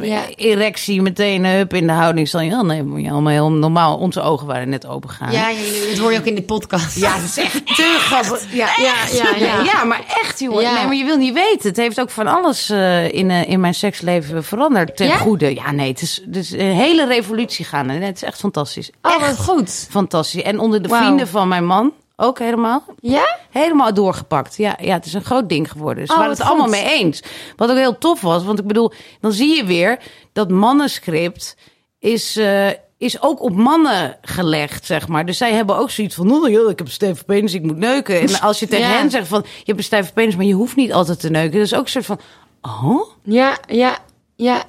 eh,
Ja.
erectie meteen eh, hup in de houding staan? Ja, nee, maar ja, allemaal heel normaal. Onze ogen waren net open gaan.
ja, jullie- dat hoor je ook in de podcast.
Ja, dat is echt te grappig. Ja,
Ja, ja, ja.
ja, maar echt, jongen.
Ja.
Nee, maar je wil niet weten. Het heeft ook van alles eh, in, eh, in mijn seksleven veranderd. Ten
Ja?
goede. Ja, nee, het is, het is een hele revolutie gaande. Nee, het is echt fantastisch.
Oh,
echt
wat goed.
fantastisch. En onder de
Wauw.
vrienden van mijn man ook helemaal.
Ja?
Helemaal doorgepakt. Ja, ja, het is een groot ding geworden. Ze
Oh,
waren het
wat
allemaal
goed.
mee eens. Wat ook heel tof was. Want ik bedoel, dan zie je weer dat mannenscript is, eh, is ook op mannen gelegd, zeg maar. Dus zij hebben ook zoiets van, oh, joh, ik heb een stijve penis, ik moet neuken. En als je tegen
Ja.
hen zegt van, je hebt een stijve penis, maar je hoeft niet altijd te neuken. Dat is ook een soort van, oh,
Ja, ja, ja.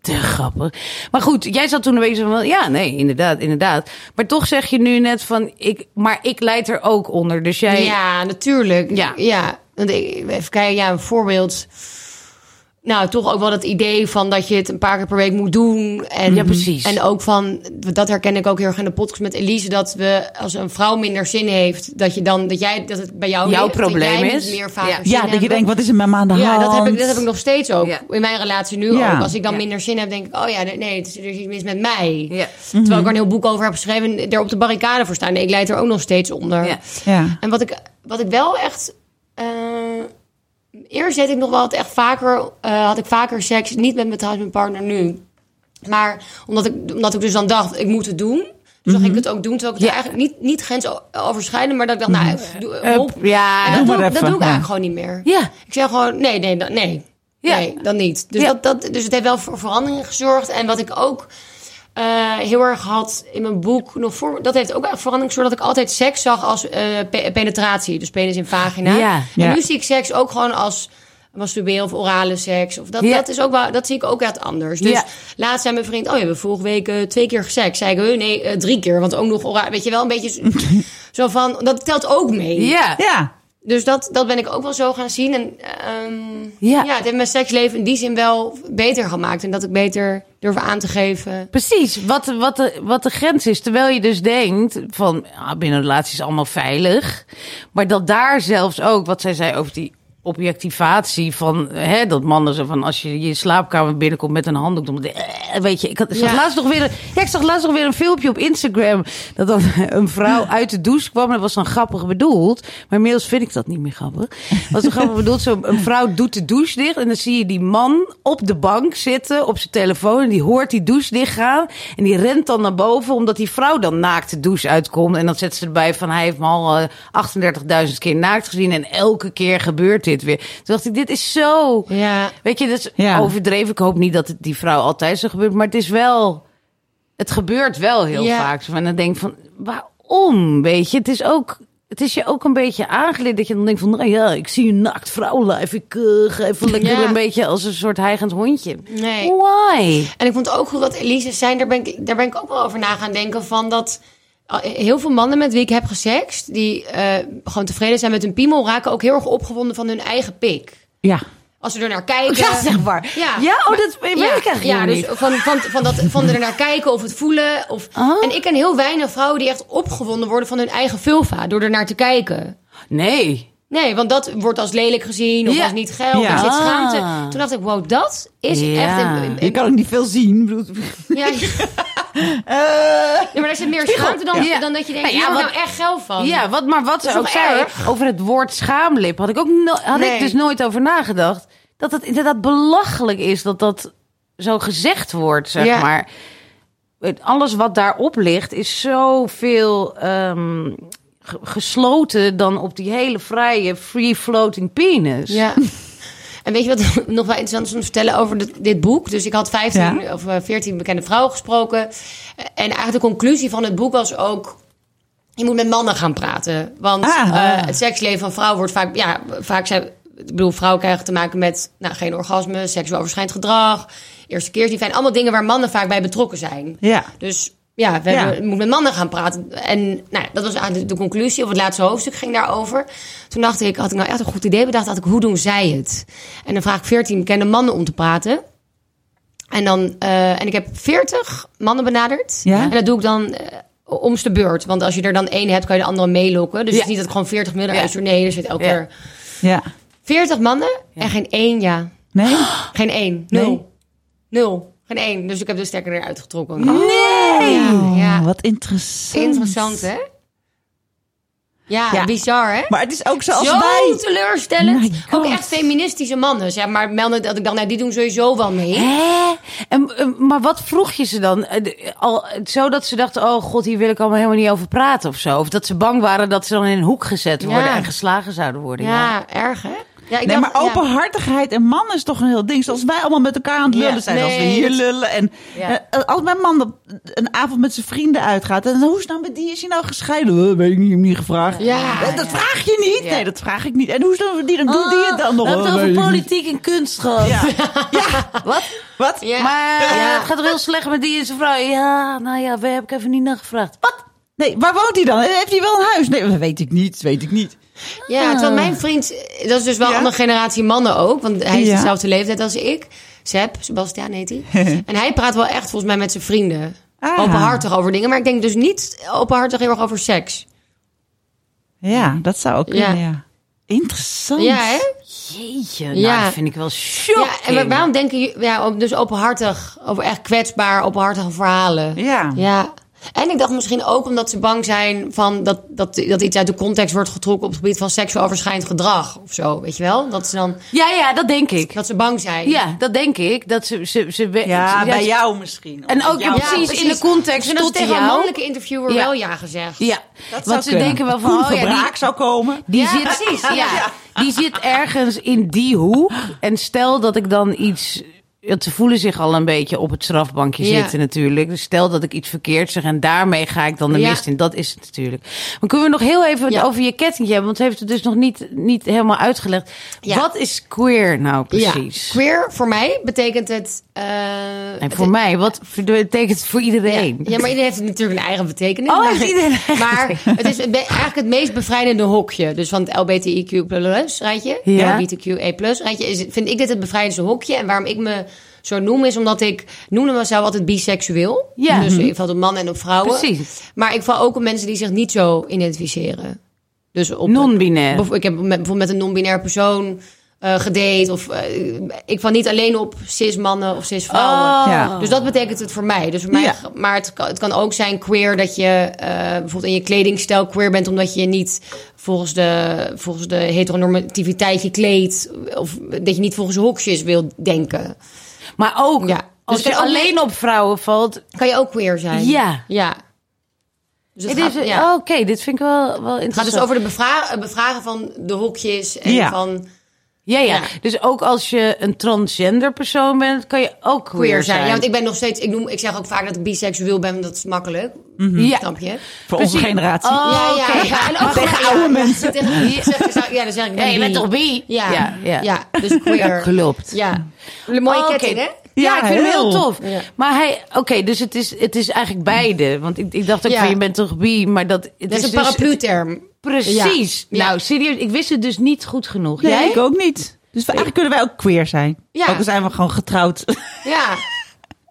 te grappig. Maar goed, jij zat toen een beetje zo van, ja, nee, inderdaad, inderdaad. Maar toch zeg je nu net van, ik, maar ik leid er ook onder. Dus jij...
Ja, natuurlijk.
Ja.
Ja. ja. Want ik- Even kijken, ja, een voorbeeld. Nou, toch ook wel het idee van dat je het een paar keer per week moet doen. En,
Ja, precies.
En ook van, dat herken ik ook heel erg in de podcast met Elise, dat we als een vrouw minder zin heeft, dat, je dan, dat, jij, dat het bij jou
Jouw
ligt, dat
probleem
jij
is.
moet meer vaker
Ja.
zin
Ja, dat je
hebben.
denkt, wat is er met me aan de hand?
Ja, dat heb, ik, dat heb ik nog steeds ook.
Ja.
In mijn relatie nu
Ja.
ook. Als ik dan
Ja.
minder zin heb, denk ik... oh ja, nee, het is, er is iets mis met mij.
Ja. Mhm.
Terwijl ik er een heel boek over heb geschreven... en er op de barricade voor staan. Nee, ik leid er ook nog steeds onder.
Ja.
Ja.
En wat ik, wat ik wel echt... eh, eerst deed ik nog wel het echt vaker... eh, had ik vaker seks. Niet met mijn trouwens mijn partner nu. Maar omdat ik, omdat ik dus dan dacht, ik moet het doen... Dus dan ging ik het ook doen, terwijl ik het
Ja.
eigenlijk niet, niet grensoverschrijdend... maar dat ik dacht, nou, doe, hop.
Up, ja.
En
Doe
dat,
maar
doe, dat
even,
doe ik
ja.
eigenlijk gewoon niet meer.
Ja.
Ik zeg gewoon, nee, nee, dat, nee.
Ja.
Nee, dat niet. Dus,
Ja.
dat, dat, dus het heeft wel voor veranderingen gezorgd. En wat ik ook eh, heel erg had in mijn boek... Nog voor, dat heeft ook echt verandering gezorgd... dat ik altijd seks zag als eh, pe- penetratie. Dus penis in vagina.
Ja.
En
Ja.
nu zie ik seks ook gewoon als... masturberen of orale seks. Of dat,
Ja.
dat, is ook wel, dat zie ik ook wat anders. Dus
Ja.
laatst zei mijn vriend, oh, je hebt vorige week eh, twee keer seks. Zei ik, "Huh, nee, eh, drie keer, want ook nog orale. Weet je wel, een beetje zo- zo van, dat telt ook mee.
Ja.
Ja.
Dus dat, dat ben ik ook wel zo gaan zien. En ehm,
Ja.
ja. het heeft mijn seksleven in die zin wel beter gemaakt. En dat ik beter durf aan te geven.
Precies, wat, de- wat, de, wat de grens is. Terwijl je dus denkt van ah, binnen een relatie is allemaal veilig. Maar dat daar zelfs ook, wat zij zei over die objectivatie van hè, dat mannen zo van als je je slaapkamer binnenkomt met een handdoek dan eh, weet je ik, had, ik zag
Ja.
laatst nog weer een, ja, ik zag laatst nog weer een filmpje op Instagram dat dan een vrouw uit de douche kwam en dat was dan grappig bedoeld maar inmiddels vind ik dat niet meer grappig was dan grappig bedoeld zo een vrouw doet de douche dicht en dan zie je die man op de bank zitten op zijn telefoon en die hoort die douche dichtgaan en die rent dan naar boven omdat die vrouw dan naakt de douche uitkomt en dan zet ze erbij van hij heeft me al eh, 38.000 keer naakt gezien en elke keer gebeurt dit weer toen dacht ik dit is zo
Ja,
Weet je, dat is
Ja.
overdreven. Ik hoop niet dat het die vrouw altijd zo gebeurt. Maar het is wel... Het gebeurt wel heel
Ja.
vaak. Zo van, En dan denk ik van, waarom? Weet je, het is ook... Het is je ook een beetje aangeleerd dat je dan denkt van... Nou ja, ik zie een naakt vrouwenlijf. Ik eh, ga even lekker
Ja.
een beetje als een soort heigend hondje.
nee.
Why?
En ik vond ook goed wat Elise zei, daar ben, ik, daar ben ik ook wel over na gaan denken. Van dat eh, heel veel mannen met wie ik heb gesext, die eh, gewoon tevreden zijn met hun piemel, raken ook heel erg opgewonden van hun eigen pik.
Ja.
Als ze er naar kijken.
Ja, zeg maar.
eh, Ja.
oh, dat weet
ja,
ik eigenlijk
ja,
helemaal
dus van, van, van, dat, van er naar kijken of het voelen. Of,
Ah.
En ik ken heel weinig vrouwen die echt opgewonden worden van hun eigen vulva door er naar te kijken.
niet. Nee.
Nee, want dat wordt als lelijk gezien of
Ja.
als niet geil of
Ja.
er zit schaamte.
Ah.
Toen dacht ik, wow, dat is
Ja.
echt... Een,
Je
een-
kan ook niet veel zien. Ik bedoel-
ja, ja, maar daar zit meer schaamte dan,
Ja.
dan dat je denkt,
Nou
nou,
ja,
ja,
wat-
nou echt geil van.
Ja, wat, maar wat ze
is
ook
toch
zei
erg?
over het woord schaamlip, had ik, ook no- had ik
Nee.
dus nooit over nagedacht. Dat het inderdaad belachelijk is dat dat zo gezegd wordt, zeg
Ja.
maar. Het- Alles wat daarop ligt is zoveel ehm, ge- gesloten dan op die hele vrije, free-floating penis.
Ja. En weet je wat nog wel interessant is om te vertellen over dit, dit boek? Dus ik had 15
Ja.
of eh, 14 bekende vrouwen gesproken. En eigenlijk de conclusie van het boek was ook... Je moet met mannen gaan praten. Want
Ah.
eh, het seksleven van vrouwen wordt vaak... Ja, vaak zijn... Ik bedoel, vrouwen krijgen te maken met nou, geen orgasme, seksueel overschrijdend gedrag, eerste keer die fijn. Allemaal dingen waar mannen vaak bij betrokken zijn.
Ja.
Dus ja, we
Ja.
Hebben, ik moet met mannen gaan praten. En nou, ja, dat was eigenlijk de conclusie. Of het laatste hoofdstuk ging daarover. Toen dacht ik, had ik nou echt een goed idee bedacht. Dacht ik, hoe doen zij het? En dan vraag ik 14 bekende mannen om te praten. En, dan, eh, en ik heb 40 mannen benaderd.
Ja?
En dat doe ik dan eh, om's de beurt. Want als je er dan één hebt, kan je de andere meelokken. Dus
Ja.
het is niet dat ik gewoon 40 middelen
Ja.
uit nee, er zit elke
Ja.
keer
Ja.
40 mannen en geen één ja.
Nee?
Geen één. Nul.
Nee.
Nul. Geen één. Dus ik heb de stekker eruit getrokken.
Nee! Oh,
Ja, ja.
Wat interessant.
Interessant, hè? Ja,
Ja.
bizar, hè?
Maar het is ook zoals
Zo
wij. Oh My
teleurstellend.
God.
Ook echt feministische mannen, zeg maar. Melden dat ik dan, nou, die doen sowieso wel mee.
Hè? En, eh, maar wat vroeg je ze dan? Eh, de- Al, eh, zodat ze dachten, oh god, hier wil ik allemaal helemaal niet over praten of zo. Of dat ze bang waren dat ze dan in een hoek gezet worden
Ja.
en geslagen zouden worden. Ja.
Ja, erg, hè? Ja, ik
Nee,
dacht-
maar
ja.
openhartigheid en man is toch een heel ding. Zoals wij allemaal met elkaar aan het lullen
Ja.
zijn. als we
Nee,
hier
dat-
lullen. En
Ja.
eh, als mijn man op een avond met zijn vrienden uitgaat. En dan, hoe is het nou met die? Is hij nou gescheiden? Eh, weet ik niet, heb hem niet gevraagd.
Ja.
Eh, dat vraag je niet.
Ja.
Nee, dat vraag ik niet. En hoe is het met die? Dan doet die het dan nog.
Ah, We hebben
Eh,
het
weet
over
ik niet.
politiek en kunst gehad.
Ja. ja.
Wat?
Wat?
Ja.
Maar eh,
Ja.
het gaat toch heel slecht met die en zijn vrouw. Ja, nou ja, waar heb ik even niet naar gevraagd. Wat?
Nee, waar woont hij dan? Eh, Heeft hij wel een huis? Nee, dat weet ik niet. Dat weet ik niet.
Ja, terwijl mijn vriend, eh, dat is dus wel
Ja.
een andere generatie mannen ook. Want hij is
Ja.
dezelfde leeftijd als ik. Seb, Sebastian heet hij. en hij praat wel echt volgens mij met zijn vrienden.
Ah.
Openhartig over dingen. Maar ik denk dus niet openhartig heel erg over seks.
Ja, dat zou ook kunnen, ja.
Ja.
Interessant.
Ja, hè?
Jeetje, nou,
Ja.
dat vind ik wel shocking.
Ja, en wa- waarom denken jullie, ja, ook dus openhartig, over echt kwetsbaar, openhartige verhalen?
Ja.
Ja. En ik dacht misschien ook omdat ze bang zijn van dat, dat, dat iets uit de context wordt getrokken op het gebied van seksueel overschrijdend gedrag of zo, weet je wel? Dat ze dan,
ja, ja, dat denk ik.
dat ze bang zijn.
Ja, dat denk ik. Dat ze, ze, ze, ze-
Ja,
ze-
bij jou misschien.
En ook, ja,
jou.
precies, in de context
En dat is
tot
tegen
jou.
een mannelijke interviewer
Ja.
wel ja gezegd.
Ja,
Dat zou
want ze
kunnen.
denken wel van,
Koen
oh ja, die,
Verbraak zou komen.
die
Ja,
zit,
precies,
Ja, die zit ergens in die hoek. En stel dat ik dan iets want ze voelen zich al een beetje op het strafbankje
Ja.
zitten natuurlijk. Dus stel dat ik iets verkeerd zeg en daarmee ga ik dan de
Ja.
mist in. Dat is het natuurlijk. Maar kunnen we nog heel even het
Ja.
over je kettingje hebben? Want ze heeft het dus nog niet, niet helemaal uitgelegd.
Ja.
Wat is queer nou precies?
Ja, queer voor mij betekent het... eh,
En voor mij, wat betekent het voor iedereen?
Ja, maar iedereen heeft natuurlijk een eigen betekenis.
Oh,
maar,
heeft iedereen een eigen
Maar het is het be- eigenlijk het meest bevrijdende hokje. Dus van het LBTIQ plus rijtje,
Ja.
LBTQE E plus rijtje, is, vind ik dit het bevrijdendste hokje. En waarom ik me zo noem is omdat ik noemde mezelf altijd biseksueel.
Ja. Mhm.
Dus ik val op mannen en op vrouwen.
Precies.
Maar ik val ook op mensen die zich niet zo identificeren. Dus op
Non-binair.
Bijvo- Ik heb met, bijvoorbeeld met een non-binair persoon eh gedate. Of, eh, ik val niet alleen op cis-mannen of cis-vrouwen.
Ja.
Dus dat betekent het voor mij. Dus voor mij
Oh. Ja.
Maar het kan, het kan ook zijn queer dat je eh, bijvoorbeeld in je kledingstijl queer bent... omdat je je niet volgens de, volgens de heteronormativiteit je kleedt... of dat je niet volgens hokjes wil denken.
Maar ook,
Ja.
als
Dus
je
ook-
alleen op vrouwen valt.
Kan je ook queer zijn?
Ja.
Ja. Dus het
Dit
gaat,
is-
ja.
oh, Oké, dit vind ik wel, wel interessant.
het gaat dus over de bevra- eh, bevragen van de hokjes en
Ja.
van
Ja, ja,
Ja.
Dus ook als je een transgender persoon bent, kan je ook queer,
queer zijn.
zijn.
Ja, want ik ben nog steeds... Ik, noem, ik zeg ook vaak dat ik biseksueel ben, want dat is makkelijk.
Ja.
Snap je?
Voor
Precies.
onze generatie.
Oh,
ja, ja,
oké.
ja. En ook
Tegen
gewoon-
oude
ja,
mensen.
tegen- ja, zeg- zeg- ja, dan zeg ik.
Ja, je bent toch bi?
Ja,
ja.
ja, dus
Ja,
queer.
klopt.
Ja. Een mooie
Oh, oké.
ketting, hè?
Ja, ik vind hem heel
heel.
tof.
Ja.
Maar hij, oké, dus het is, het is eigenlijk beide. Want ik, ik dacht ook
Ja.
van, je bent toch bi, maar dat... Het
Dat is een
dus-
paraplu-term.
precies.
Ja. Ja.
Nou, serieus, ik wist het dus niet goed genoeg.
Nee,
Jij?
ik ook niet. Dus we- eigenlijk kunnen wij ook queer zijn.
Ja.
Ook al zijn we gewoon getrouwd.
Ja.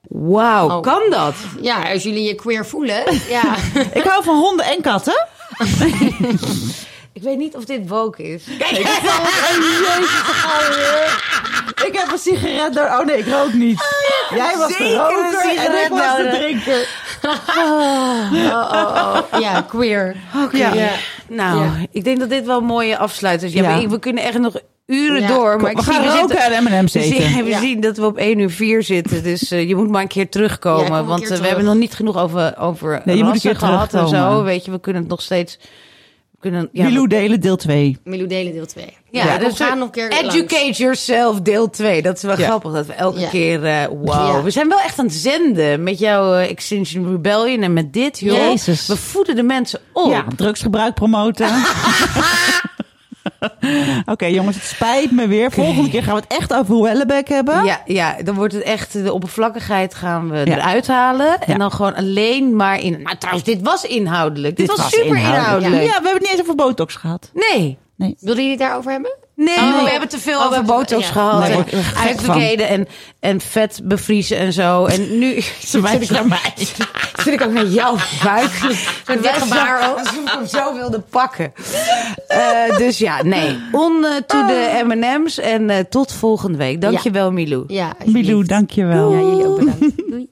Wauw,
Oh.
kan dat?
ja, als jullie je queer voelen. Ja.
ik hou van honden en katten.
Ik weet niet of dit woke is.
Ik, val het- oh, jezus, alweer. ik heb een sigaret nodig. Oh nee, ik rook niet. Jij was de
zeker een
roker en
sigaret
ik was de
nodig.
drinker.
ja, queer.
Oké.
Ja.
Nou,
Ja.
ik denk dat dit wel een mooie afsluiter is. Ja,
Ja.
We, we kunnen echt nog uren
Ja.
door.
Kom,
Maar ik
we
zie,
gaan
we
roken
zitten-
en M&M's
we zien-
eten.
We
Ja.
zien dat we op 1 uur 4 zitten. Dus eh, je moet maar een keer
Ja,
terugkomen.
kom een
want eh,
keer
we
terug.
hebben nog niet genoeg over, over
Nee, je moet een
rassen
keer
gehad en
terugkomen.
zo. Weet je, we kunnen het nog steeds... we Kunnen, ja,
Milou
we-
delen deel 2.
Milou delen deel 2.
ja,
we
dus
gaan nog een keer
Educate
langs.
yourself, deel 2. Dat is wel
Ja.
grappig. Dat we elke
Ja.
keer... eh wow.
Ja.
We zijn wel echt aan het zenden. Met jouw eh, Extinction Rebellion en met dit, joh.
Jezus.
We voeden de mensen op.
Ja, drugsgebruik promoten. Oké jongens, het spijt me weer. Volgende keer gaan we het echt over Wellebek hebben.
Ja, ja, dan wordt het echt de oppervlakkigheid gaan we
Ja.
eruit halen. En
Ja.
dan gewoon alleen maar in. Nou, trouwens, dit was inhoudelijk. Dit, was, super inhoudelijk.
Ja, we hebben het niet eens over botox gehad.
Nee.
Wilden jullie het daarover hebben?
Nee,
Oh,
we
nee.
hebben te veel
Oh, we
over
hebben-
botox
ja.
gehad.
Nee,
en
word ik er gek van.
uitverkheden en, en vet bevriezen en zo. En nu
Ze wijst naar mij.
zit ik ook met jouw buik. Met
dit gebaar ook.
Alsof ik hem zo wilde pakken. Eh, dus ja, nee. On eh, to de M&M's. En eh, tot volgende week. Dankjewel, Milou.
Ja, alsjeblieft.
Milou, dankjewel.
Ja, jullie ook bedankt. Doei.